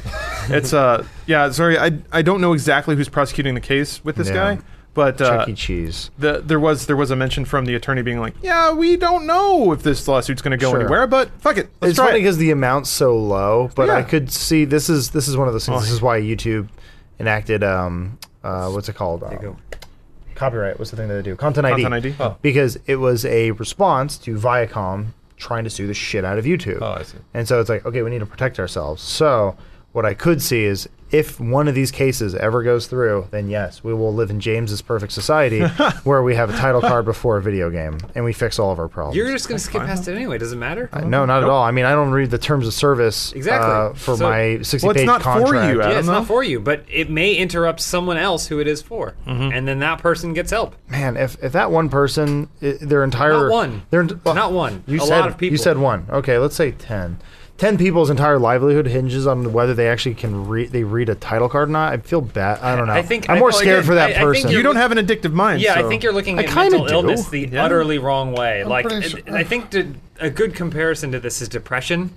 A: it's uh, yeah. Sorry, I I don't know exactly who's prosecuting the case with this
B: Yeah.
A: guy, but
B: that
A: uh,
B: Chuck E. Cheese.
A: the, there was there was a mention from the attorney being like, yeah, we don't know if this lawsuit's going to go
B: Sure.
A: anywhere, but fuck it, let's
B: It's
A: try
B: funny
A: it.
B: because the amount's so low, but I
A: Yeah.
B: could see this is this is one of those things.
A: Oh.
B: This is why YouTube enacted um, uh, what's it called? Um,
C: go.
B: Copyright. What's the thing that they do? Content ID.
A: Content ID. Oh.
B: Because it was a response to Viacom trying to sue the shit out of YouTube.
D: Oh, I see.
B: And so it's like, okay, we need to protect ourselves. So what I could see is if one of these cases ever goes through, then yes, we will live in James's perfect society where we have a title card before a video game and we fix all of our problems.
C: You're just gonna skip past it anyway. Doesn't matter.
B: No, not at all. I mean, I don't read the terms of service
C: Exactly.
B: uh, for
C: So-
B: my 60
A: Well, it's
B: page
A: not for you,
B: contract.
A: Adam.
C: yeah, it's
A: know.
C: not for you, but it may interrupt someone else who it is for,
D: Mm-hmm.
C: and then that person gets help.
B: Man, if, if that one person, i their entire.
C: Not one.
B: Their, well,
C: Not one.
B: You
C: A
B: said,
C: lot of people.
B: You said one. Okay, let's say 10. 10 people's entire livelihood hinges on whether they actually can read they read a title card or not. I feel bad. I don't know.
C: I think-
B: I'm
C: I
B: more
C: feel like
B: scared
C: it-
B: for that
C: I- I think
B: person.
C: you're-
A: You don't have an addictive mind.
C: Yeah,
A: so-
C: I think you're looking
B: I
C: at
B: kinda
C: mental
B: do.
C: illness the
A: Yeah.
C: utterly wrong way. like,
D: pretty
C: it-
D: sure-
C: I think to, a good comparison to this is depression.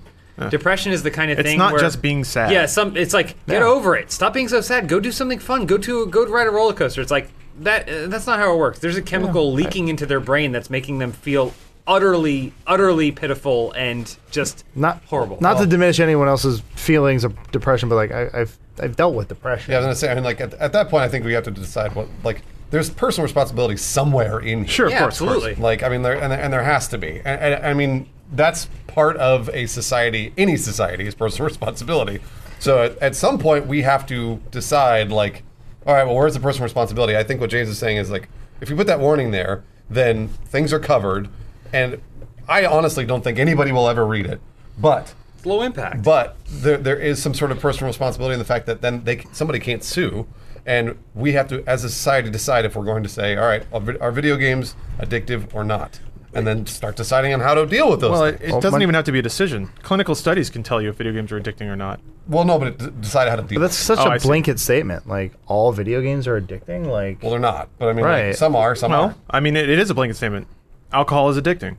C: Depression is the kind of
A: It's
C: thing
A: not
C: where-
A: just being sad.
C: Yeah, some it's like get
B: Yeah.
C: over it. Stop being so sad. Go do something fun. Go to go ride a roller coaster. It's like that. Uh, that's not how it works. There's a chemical leaking into their brain that's making them feel utterly, utterly pitiful and just
B: not
C: horrible.
B: Not
C: Oh.
B: to diminish anyone else's feelings of depression, but like I, I've I've dealt with depression.
D: Yeah, I was gonna say. I mean, like at, at that point, I think we have to decide what like there's personal responsibility somewhere in here.
A: Sure, of
C: Yeah,
A: course, of course.
C: absolutely.
D: Like I mean, there and, there- and there has to be. And, and I mean, that's part of a society, any society, is personal responsibility. So at, at some point, we have to decide like, all right, well, where's the personal responsibility? I think what James is saying is like, if you put that warning there, then things are covered. And I honestly don't think anybody will ever read it, but.
C: It's low impact.
D: But there, there is some sort of personal responsibility in the fact that then they c- somebody can't sue, and we have to, as a society, decide if we're going to say, all right, are, vi- are video games addictive or not, and then start deciding on how to deal with those.
A: Well, it,
D: things.
A: it
B: Well,
A: doesn't
B: Oh, my-
A: even have to be a decision. Clinical studies can tell you if video games are addicting or not.
D: well, no, but it d- decide how to deal.
B: But that's
D: with it.
B: such
A: Oh,
B: a
A: I see.
B: blanket statement. Like all video games are addicting. Like
D: Well, they're not, but I mean, like,
B: Right.
D: some are, some
A: Well,
D: aren't.
A: I mean, it, it is a blanket statement. Alcohol is addicting.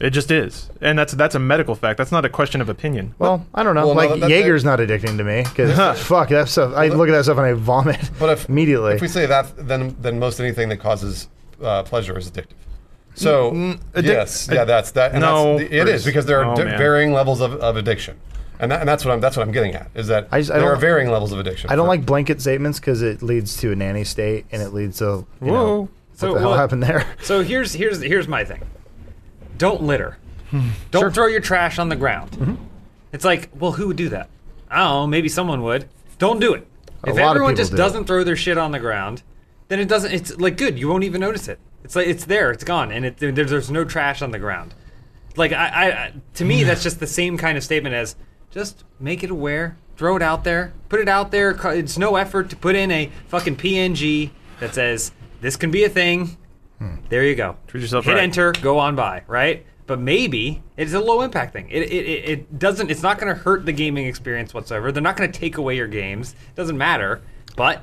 A: It just is, and that's that's a medical fact. That's not a question of opinion.
B: Well, I don't know.
D: Well, no,
B: like
D: that- that-
B: Jaeger's not addicting to me because fuck that stuff. I look at that stuff and I vomit
D: But if
B: immediately.
D: if we say that, then then most anything that causes uh, pleasure is addictive. So
B: Mm,
A: addic-
D: yes, yeah, that's that. And
A: No,
D: that's, it
A: Bruce.
D: is because there are
A: Oh,
D: di-
A: man.
D: varying levels of, of addiction, and, that, and that's what I'm that's what I'm getting at is that
B: I just- I
D: there
B: don't-
D: are varying levels of addiction.
B: I don't like blanket statements because it leads to a nanny state and it leads to you know,
A: Whoa.
B: what
C: So
B: the hell
C: what-
B: happened there?
C: So here's here's here's my thing. Don't litter.
B: Hmm.
C: Don't throw your trash on the ground.
B: Mm-hmm.
C: It's like, well, who would do that? I don't know. Maybe someone would. Don't do it.
B: A lot
C: if
B: of
C: everyone
B: people
C: just
B: do it.
C: doesn't throw their shit on the ground, then it doesn't. It's like good. You won't even notice it. It's like it's there. It's gone, and it, there, there's no trash on the ground. Like I, I, I- to me, that's just the same kind of statement as just make it aware, throw it out there, put it out there. Co- It's no effort to put in a fucking PNG that says this can be a thing. There you go.
A: Treat yourself
C: Hit
A: right.
C: enter, go on by, right? But maybe it's a low impact thing. It, it, it it doesn't. It's not going to hurt the gaming experience whatsoever. They're not going to take away your games. Doesn't matter. But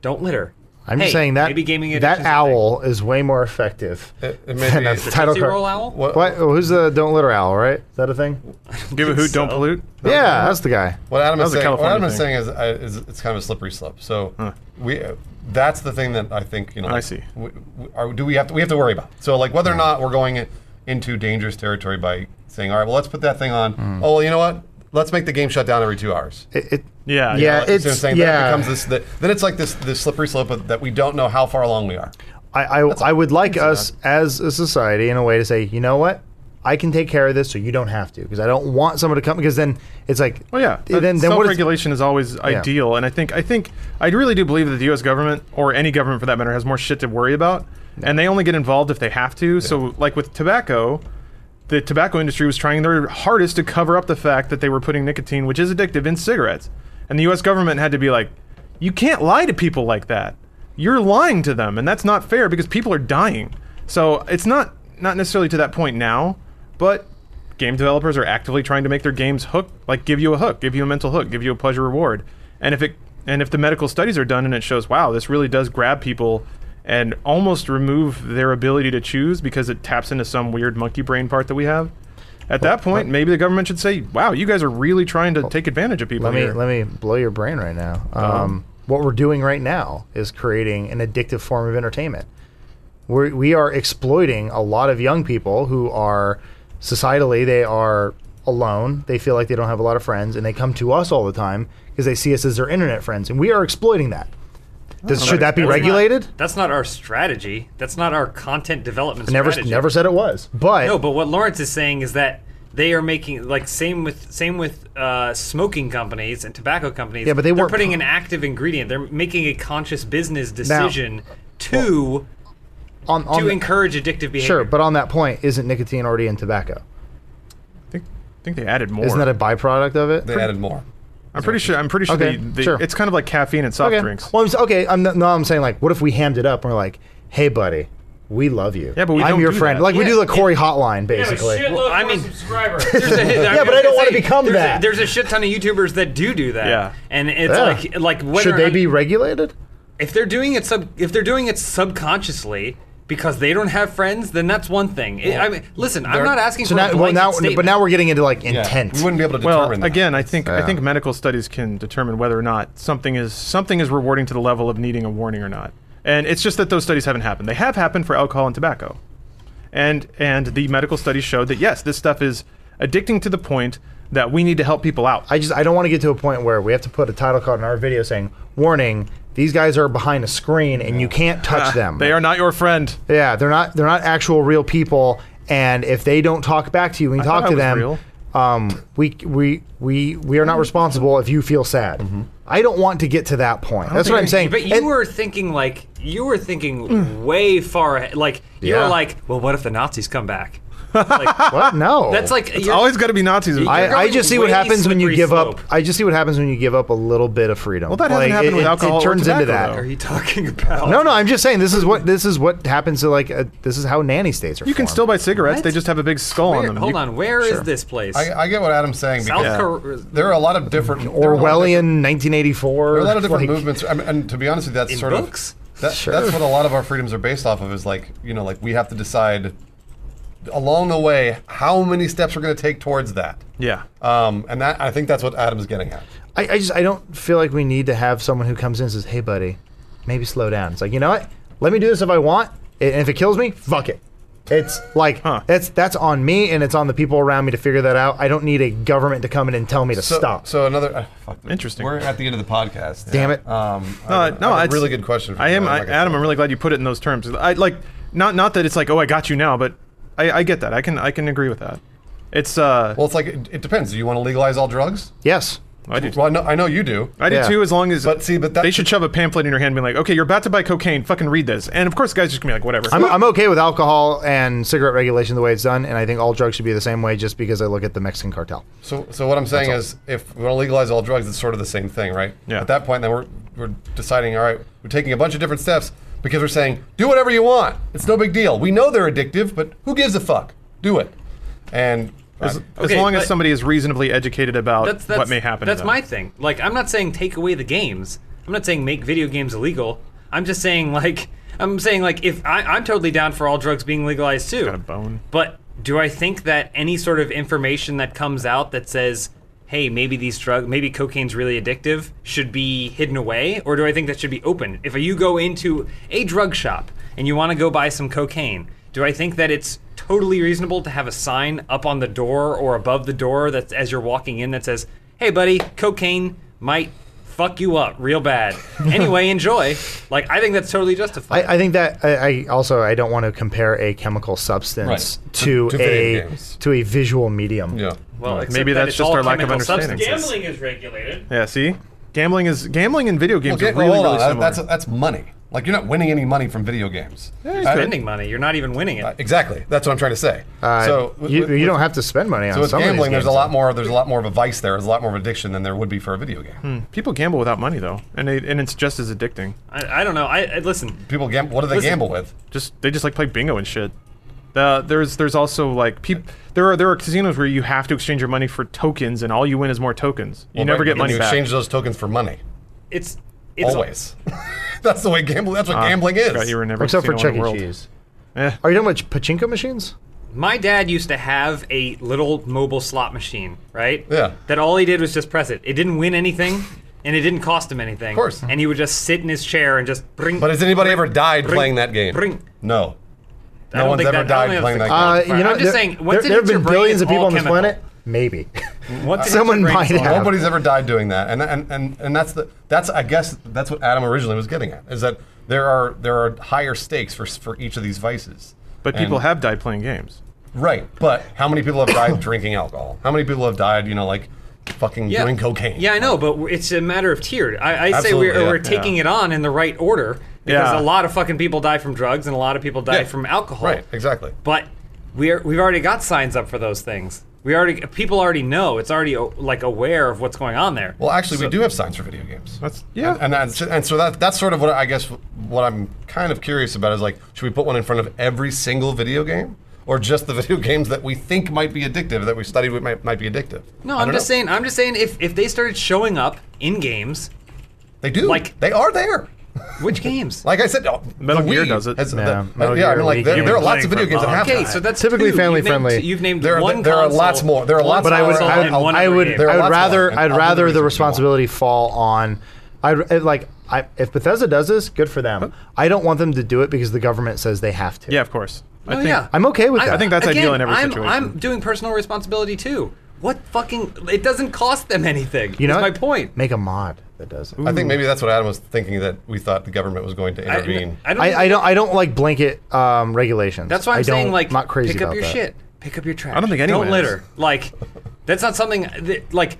C: don't litter.
B: I'm just
C: Hey,
B: saying that
C: maybe gaming
B: that
C: addiction's a
B: owl is way more effective
D: It- it may
B: than
D: be-
B: a
D: The
B: title
C: Tootsie
B: card.
C: Roll Owl?
D: What,
B: What? Oh, who's the don't litter owl? Right? Is that a thing?
A: Give a hoot, don't
C: so.
A: pollute.
B: yeah, that's the guy.
D: what Adam is
A: was a
D: saying, what
A: California
D: Adam is
A: thing.
D: saying is, uh, is it's kind of a slippery slope. So we, uh, that's the thing that I think you know.
A: I
D: like,
A: see.
D: We, we- are, do we have to we have to worry about? So like whether or not we're going in- into dangerous territory by saying, all right, well let's put that thing on.
A: Mm.
D: Oh well, you know what? Let's make the game shut down every two hours.
B: It, it,
A: Yeah,
B: Yeah,
D: You know,
B: it's-
D: so I'm saying
B: yeah.
D: that becomes this. The, then it's like this this slippery slope of, that we don't know how far along we are.
B: I, I, I would like us as a society in a way to say, you know what? I can take care of this, so you don't have to, because I don't want someone to come. Because then it's like,
A: Well, Oh, yeah.
B: then then what is-
A: self-regulation is always ideal, and I think I think I really do believe that the U.S. government or any government for that matter has more shit to worry about, and they only get involved if they have to. So, like with tobacco, the tobacco industry was trying their hardest to cover up the fact that they were putting nicotine, which is addictive, in cigarettes, and the U.S. government had to be like, "You can't lie to people like that. You're lying to them, and that's not fair because people are dying." So it's not not necessarily to that point now, but game developers are actively trying to make their games hook like give you a hook give you a mental hook give you a pleasure reward and if it and if the medical studies are done and it shows wow this really does grab people and almost remove their ability to choose because it taps into some weird monkey brain part that we have at that point maybe the government should say wow you guys are really trying to take advantage of people
B: Let me
A: here." Uh-huh.
B: let me blow your brain right now. Um, what we're doing right now is creating an addictive form of entertainment. We're, we are exploiting a lot of young people who are societally they are alone. They feel like they don't have a lot of friends, and they come to us all the time because they see us as their internet friends, and we are exploiting that.
A: Oh,
B: Does, should that be
C: That's not-
B: regulated?
C: that's not our strategy. That's not our content development
B: Never,
C: strategy.
B: never said it was, but
C: No, but what Lawrence is saying is that they are making like same with same with uh, smoking companies and tobacco companies.
B: Yeah, but they
C: they're
B: weren't
C: putting
B: pro-
C: an active ingredient. They're making a conscious business decision to
B: on, on
C: to
B: the-
C: encourage addictive behavior.
B: sure. But on that point, isn't nicotine already in tobacco?
A: I think, I think they added more
B: Isn't that a byproduct of it?
D: They added more.
A: i'm pretty sure i'm pretty sure they,
B: Okay,
A: they,
B: sure.
A: it's kind of like caffeine and soft
B: okay.
A: drinks
B: Well, I'm, s- okay. I'm not, no, I'm saying like, what if we hammed it up and we're like, hey, buddy, we love you.
A: Yeah, but we
B: I'm
A: don't
B: your
A: do
B: friend.
A: that.
B: Like we
C: Yeah,
B: do the
C: it-
B: Corey Hotline, basically.
C: Well, I mean,
E: subscriber.
C: There's a-
B: Yeah, but I don't wanna become
C: there's
B: that.
C: A, there's a shit ton of YouTubers that do do that.
A: Yeah.
C: and it's
B: Yeah.
C: like like whether
B: Should
C: or
B: they
C: not-
B: be regulated?
C: if they're doing it sub if they're doing it subconsciously because they don't have friends, then that's one thing. It- I mean, listen, I'm not asking
B: So
C: for
B: now,
C: a
B: well,
C: blanket
B: now,
C: statement.
B: but now we're getting into like
D: Yeah.
B: intent.
D: We wouldn't be able to
A: well,
D: determine. that.
A: again, I think I
B: Yeah.
A: think medical studies can determine whether or not something is something is rewarding to the level of needing a warning or not. And it's just that those studies haven't happened. They have happened for alcohol and tobacco, and and the medical studies showed that yes, this stuff is addicting to the point that we need to help people out.
B: I just I don't want to get to a point where we have to put a title card in our video saying, "Warning: These guys are behind a screen and you can't touch them."
A: They are not your friend.
B: Yeah, they're not they're not actual real people, and if they don't talk back to you and
A: I
B: talk
A: thought I
B: to
A: was
B: them,
A: real.
B: um, we we we we are not responsible if you feel sad.
A: Mm-hmm.
B: I don't want to get to that point. That's what I'm saying.
C: But you
B: And-
C: were thinking like you were thinking way far ahead. Like you
B: Yeah.
C: were like, well, what if the Nazis come back? Like,
B: what? No,
C: that's like
A: It's
C: you're-
A: always got to be Nazis. with
B: I,
A: that.
C: you're
B: I
C: going
B: just see what
C: way
B: happens when you
C: slippery
B: give up.
C: slope.
B: I just see what happens when you give up a little bit of freedom. Well,
A: that hasn't happened with alcohol or
B: It, turns into
A: tobacco,
C: Are
B: that.
C: you talking about?
B: No, no, I'm just saying this is what this is what happens to like a, this is how nanny states are.
A: you can
B: formed.
A: still buy cigarettes.
C: What?
A: They just have a big skull on
C: Where,
A: them.
C: hold
A: You-
C: on. Where is
B: sure.
C: this place?
D: I,
A: uh,
D: I get what Adam's saying
C: South
D: because
C: Korea.
D: there are a lot of different there are a lot of different-
B: Orwellian 1984.
D: There are a lot of different
B: like-
D: movements, I mean, and to be honest with you, that's
C: In
D: sort
C: books?
D: of that,
B: Sure.
D: that's what a lot of our freedoms are based off of. Is like you know, like we have to decide along the way how many steps we're going to take towards that.
A: Yeah.
D: Um, and that I think that's what Adam's getting at.
B: I, I just I don't feel like we need to have someone who comes in and says, "Hey, buddy, maybe slow down." It's like you know what? Let me do this if I want, and if it kills me, fuck it. It's like
A: Huh.
B: that's that's on me, and it's on the people around me to figure that out. I don't need a government to come in and tell me to
D: So,
B: stop.
D: So another uh, fuck,
A: Interesting.
D: We're at the end of the podcast.
B: Damn it.
D: Um,
A: No,
D: I,
A: no,
D: I have
A: it's-
D: a really good question. For
A: I
D: you,
A: am I,
D: like
A: Adam.
D: said.
A: I'm really glad you put it in those terms. I like not not that it's like oh I got you now, but I, I get that. I can I can agree with that. It's uh
D: Well, it's like it, it depends. Do you want to legalize all drugs?
B: yes,
A: I do.
D: Well, I know, I know you do.
A: I do
B: Yeah.
A: too, as long as.
D: But see, but that-
A: they should shove a pamphlet in your hand, and be like, "Okay, you're about to buy cocaine. Fucking read this." And of course, the guys just gonna be like, "Whatever."
B: I'm, I'm okay with alcohol and cigarette regulation the way it's done, and I think all drugs should be the same way. Just because I look at the Mexican cartel.
D: So, so what I'm saying is, if we want to legalize all drugs, it's sort of the same thing, right?
A: Yeah.
D: At that point, then we're we're deciding. All right, we're taking a bunch of different steps because we're saying, do whatever you want. It's no big deal. We know they're addictive, but who gives a fuck? Do it. And
A: as,
D: I-
A: as
C: Okay,
A: long as
C: but-
A: somebody is reasonably educated about
C: that's, that's
A: what may happen. to
C: That's
A: them.
C: my thing. Like, I'm not saying take away the games. I'm not saying make video games illegal. I'm just saying, like, I'm saying, like, if I, I'm totally down for all drugs being legalized too.
A: Got a bone.
C: But do I think that any sort of information that comes out that says, hey, maybe these drug, maybe cocaine's really addictive, should be hidden away? Or do I think that should be open? If you go into a drug shop and you want to go buy some cocaine, do I think that it's totally reasonable to have a sign up on the door or above the door that's as you're walking in that says, hey, buddy, cocaine might fuck you up real bad. Anyway, enjoy. Like, I think that's totally justified.
B: I, I think that I, I also I don't want to compare a chemical substance
D: Right.
B: to,
D: To- to video
B: a
D: games.
B: to a visual medium.
D: Yeah.
C: well, except
A: maybe
C: that
A: that's
C: it's
A: just
C: all
A: our lack of
C: chemical
A: understanding.
C: substances.
F: Gambling is regulated.
A: Yeah, see, gambling is gambling and video games
D: Okay,
A: are really
D: hold on.
A: really
D: That-
A: similar.
D: that's that's money. Like you're not winning any money from video games.
A: you could.
C: spending money. You're not even winning it.
D: Uh, Exactly. That's what I'm trying to say.
B: Uh,
D: so
B: you, you don't have to spend money on
D: So with
B: some of these
D: gambling, there's a
B: games,
D: lot
B: though.
D: more. There's a lot more of a vice there. There's a lot more of addiction than there would be for a video game.
A: People gamble without money though, and they, and it's just as addicting.
C: I, I don't know. I, I listen.
D: People gamble. What do they
C: Listen.
D: gamble with?
A: Just they just like play bingo and shit. Uh, there's there's also like peop- there are there are casinos where you have to exchange your money for tokens, and all you win is more tokens. You
D: Well,
A: never
D: right,
A: get
D: but
A: money
D: you
A: back.
D: Exchange those tokens for money.
C: It's it's
D: Always. that's the way gambling. That's what
A: Ah,
D: gambling
A: forgot
D: is.
A: you were in every
B: except for
A: casino
B: Chuck
A: in the
B: E.
A: world.
B: Cheese.
A: Eh.
B: Are you talking about pachinko machines?
C: My dad used to have a little mobile slot machine, right?
D: Yeah.
C: That all he did was just press it. It didn't win anything, and it didn't cost him anything. Of
D: course.
C: And he would just sit in his chair and just bring.
D: But has anybody ever died playing that game?
C: bring-
D: No.
C: I
D: No
C: don't
D: one's
C: think
D: ever
C: that- I don't
D: died
C: think
D: playing that
C: that's
D: game.
B: Uh,
C: Right.
B: you know,
C: I'm
B: there,
C: just saying, once it
B: there, there have
C: hits your
B: been
C: brain,
B: billions
C: it's
B: of people
C: all
B: on this
C: chemical.
B: planet. Maybe.
C: Once it hits
B: someone
C: your brain,
B: might
C: it's all
B: have.
D: Nobody's ever died doing that, and and and and that's the that's I guess that's what Adam originally was getting at is that there are there are higher stakes for for each of these vices.
A: But people
D: And-
A: have died playing games.
D: right. But how many people have died drinking alcohol? How many people have died, you know, like fucking doing cocaine?
C: Yeah, I know, but w- it's a matter of tiered. I, I say
D: Absolutely,
C: we're,
D: yeah,
C: we're taking
A: yeah.
C: it on in the right order because
A: Yeah.
C: a lot of fucking people die from drugs and a lot of people die
D: Yeah.
C: from alcohol.
D: Right. Exactly.
C: But we're we've already got signs up for those things. We already people already know. It's already o- like aware of what's going on there.
D: Well, actually, we do have signs for video games.
A: That's yeah.
D: And that's, and so that that's sort of what I guess what I'm kind of curious about is like, should we put one in front of every single video game, or just the video games that we think might be addictive that we studied with might, might be addictive?
C: no,
D: I
C: I'm
D: don't
C: just
D: know.
C: saying. I'm just saying if if they started showing up in games,
D: they do.
C: like-
D: Like they are there.
C: which games?
D: Like I said, oh,
A: Metal
D: the
A: Gear
D: Wii
A: does it.
D: has-
A: Yeah,
D: the-
B: Metal
D: yeah, I
B: Gear,
D: mean, like
B: Wii
D: there,
B: games.
D: there are lots of
A: Playing
D: video games
A: for a
D: that
A: long
D: have
C: okay,
D: that.
C: so that's
B: Typically
C: two.
B: family
C: You've named-
B: friendly.
C: You've named
D: There are-
C: one.
D: there are
C: console, Oh,
D: lots more. There are
C: one
D: lots
B: but I would,
D: Console
B: I would,
C: and one
B: I
C: other
B: would,
C: game.
D: There are
B: I would
D: lots of
B: rather,
D: them, and
B: I'd
D: all the
B: rather the
D: reasons you want.
B: responsibility fall on, I it- like, I, if Bethesda does this, good for them. I don't want them to do it because the government says they have to.
A: yeah, of course. I
C: Oh
A: think
C: yeah,
B: I'm okay with that.
A: I think that's
C: again,
A: ideal in every
C: I'm,
A: situation.
C: I'm doing personal responsibility too. What fucking? It doesn't cost them anything.
B: you know,
C: is my
B: what?
C: point.
B: Make a mod that does it.
D: I think maybe that's what Adam was thinking that we thought the government was going to
C: I,
D: intervene.
C: I don't.
B: I,
C: think-
B: I don't, I don't like blanket um, regulations.
C: That's why I'm
B: I don't-
C: saying like
B: not crazy
C: pick up
B: about
C: your
B: that.
C: shit, pick up your trash.
A: don't think anyone
C: Don't
A: is.
C: litter. Like that's not something that like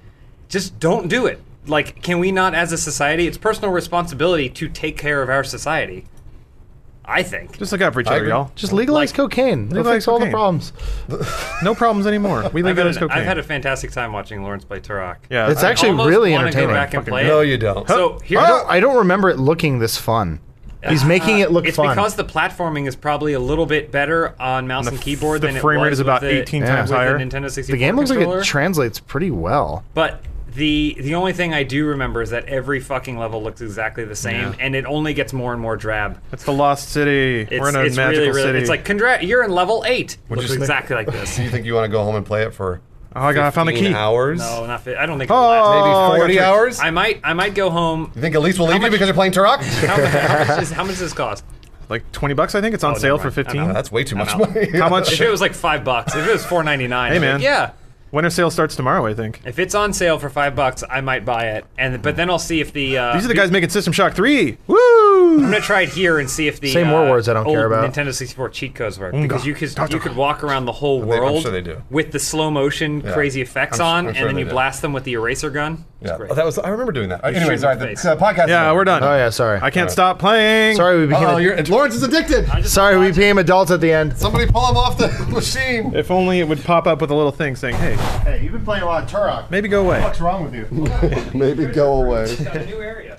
C: just don't do it. Like can we not as a society? It's personal responsibility to take care of our society. I think.
A: Just look out for each other,
D: agree.
A: y'all.
B: Just legalize cocaine. It'll
A: legalize
B: fix all the
A: cocaine.
B: problems.
A: No problems anymore. We
C: I've,
A: leave it
C: had
A: as
C: an-
A: cocaine.
C: I've had a fantastic time watching Lawrence play Turok.
A: yeah.
B: It's
A: I-
B: actually
C: almost
B: really
C: wanna
B: entertaining.
C: Go back and
A: Fucking
C: play it.
D: no, you don't.
C: So here's
B: I don't, I don't remember it looking this fun. He's making it look
C: it's
B: fun.
C: because the platforming is probably a little bit better on mouse and,
A: f-
C: keyboard
A: the
C: than
A: frame
C: it
A: rate
C: was
A: is about
C: with the-
A: 18
B: times
C: with
A: higher.
C: The, Nintendo 64
B: the game looks like
C: controller.
B: it translates pretty well.
C: But the the only thing I do remember is that every fucking level looks exactly the same, and it only gets more and more drab.
A: It's the lost city.
C: It's,
A: We're in a
C: it's
A: magical
C: really, really,
A: city.
C: It's like Condra- you're in level eight,
D: you
C: looks
D: say?
C: exactly like this.
D: Do you think you want to go home and play it for?
A: oh my god, I found the
D: 15
A: key.
D: Hours.
C: No, not fit. I don't think.
A: Oh,
C: it'll
D: Maybe
A: I got
D: forty
A: tricked.
D: hours.
C: last. I might I might go home.
D: You think Elise will leave you because you're playing Turok?
C: How, much- how much, is, how much does this cost?
A: Like twenty bucks, I think it's on
C: Oh, never
A: sale for
C: mind. I
A: fifteen.
D: That's way too much money.
A: How
C: If
A: much?
C: it was like five bucks, if it was four ninety nine,
A: Hey, man.
C: yeah.
A: Winter sale starts tomorrow, I think.
C: If it's on sale for five bucks, I might buy it. And but then I'll see if the uh,
A: These are the
C: guys.
A: guys making System Shock Three. Woo!
C: I'm gonna try it here and see if the
B: Say more
C: uh,
B: words I don't
C: old
B: care about.
C: Nintendo 64 cheat codes work because you could you could walk around the whole
D: Mm-hmm. they- I'm
C: world
D: sure they do.
C: with the slow motion
D: Yeah.
C: crazy effects
D: I'm s-
C: on,
D: I'm sure
C: and then
D: they
C: you
D: do.
C: blast them with the eraser gun. It's
D: Yeah,
C: great.
D: oh, that was. I remember doing that. Anyways,
C: shoot
D: all
C: in
D: right,
C: the
D: the,
C: face.
D: the podcast. is
A: Yeah,
D: over.
A: we're done.
B: Oh yeah, sorry.
A: I can't stop playing.
B: sorry we became
D: Uh-oh,
B: ad-
D: you're, Lawrence is addicted.
B: sorry we became adults at the end.
D: Somebody pull him off the machine.
A: If only it would pop up with a little thing saying, "Hey,
B: Hey, you've been playing a lot of Turok.
A: maybe go away."
B: wrong with you?
D: Maybe go away.
C: Got a new area.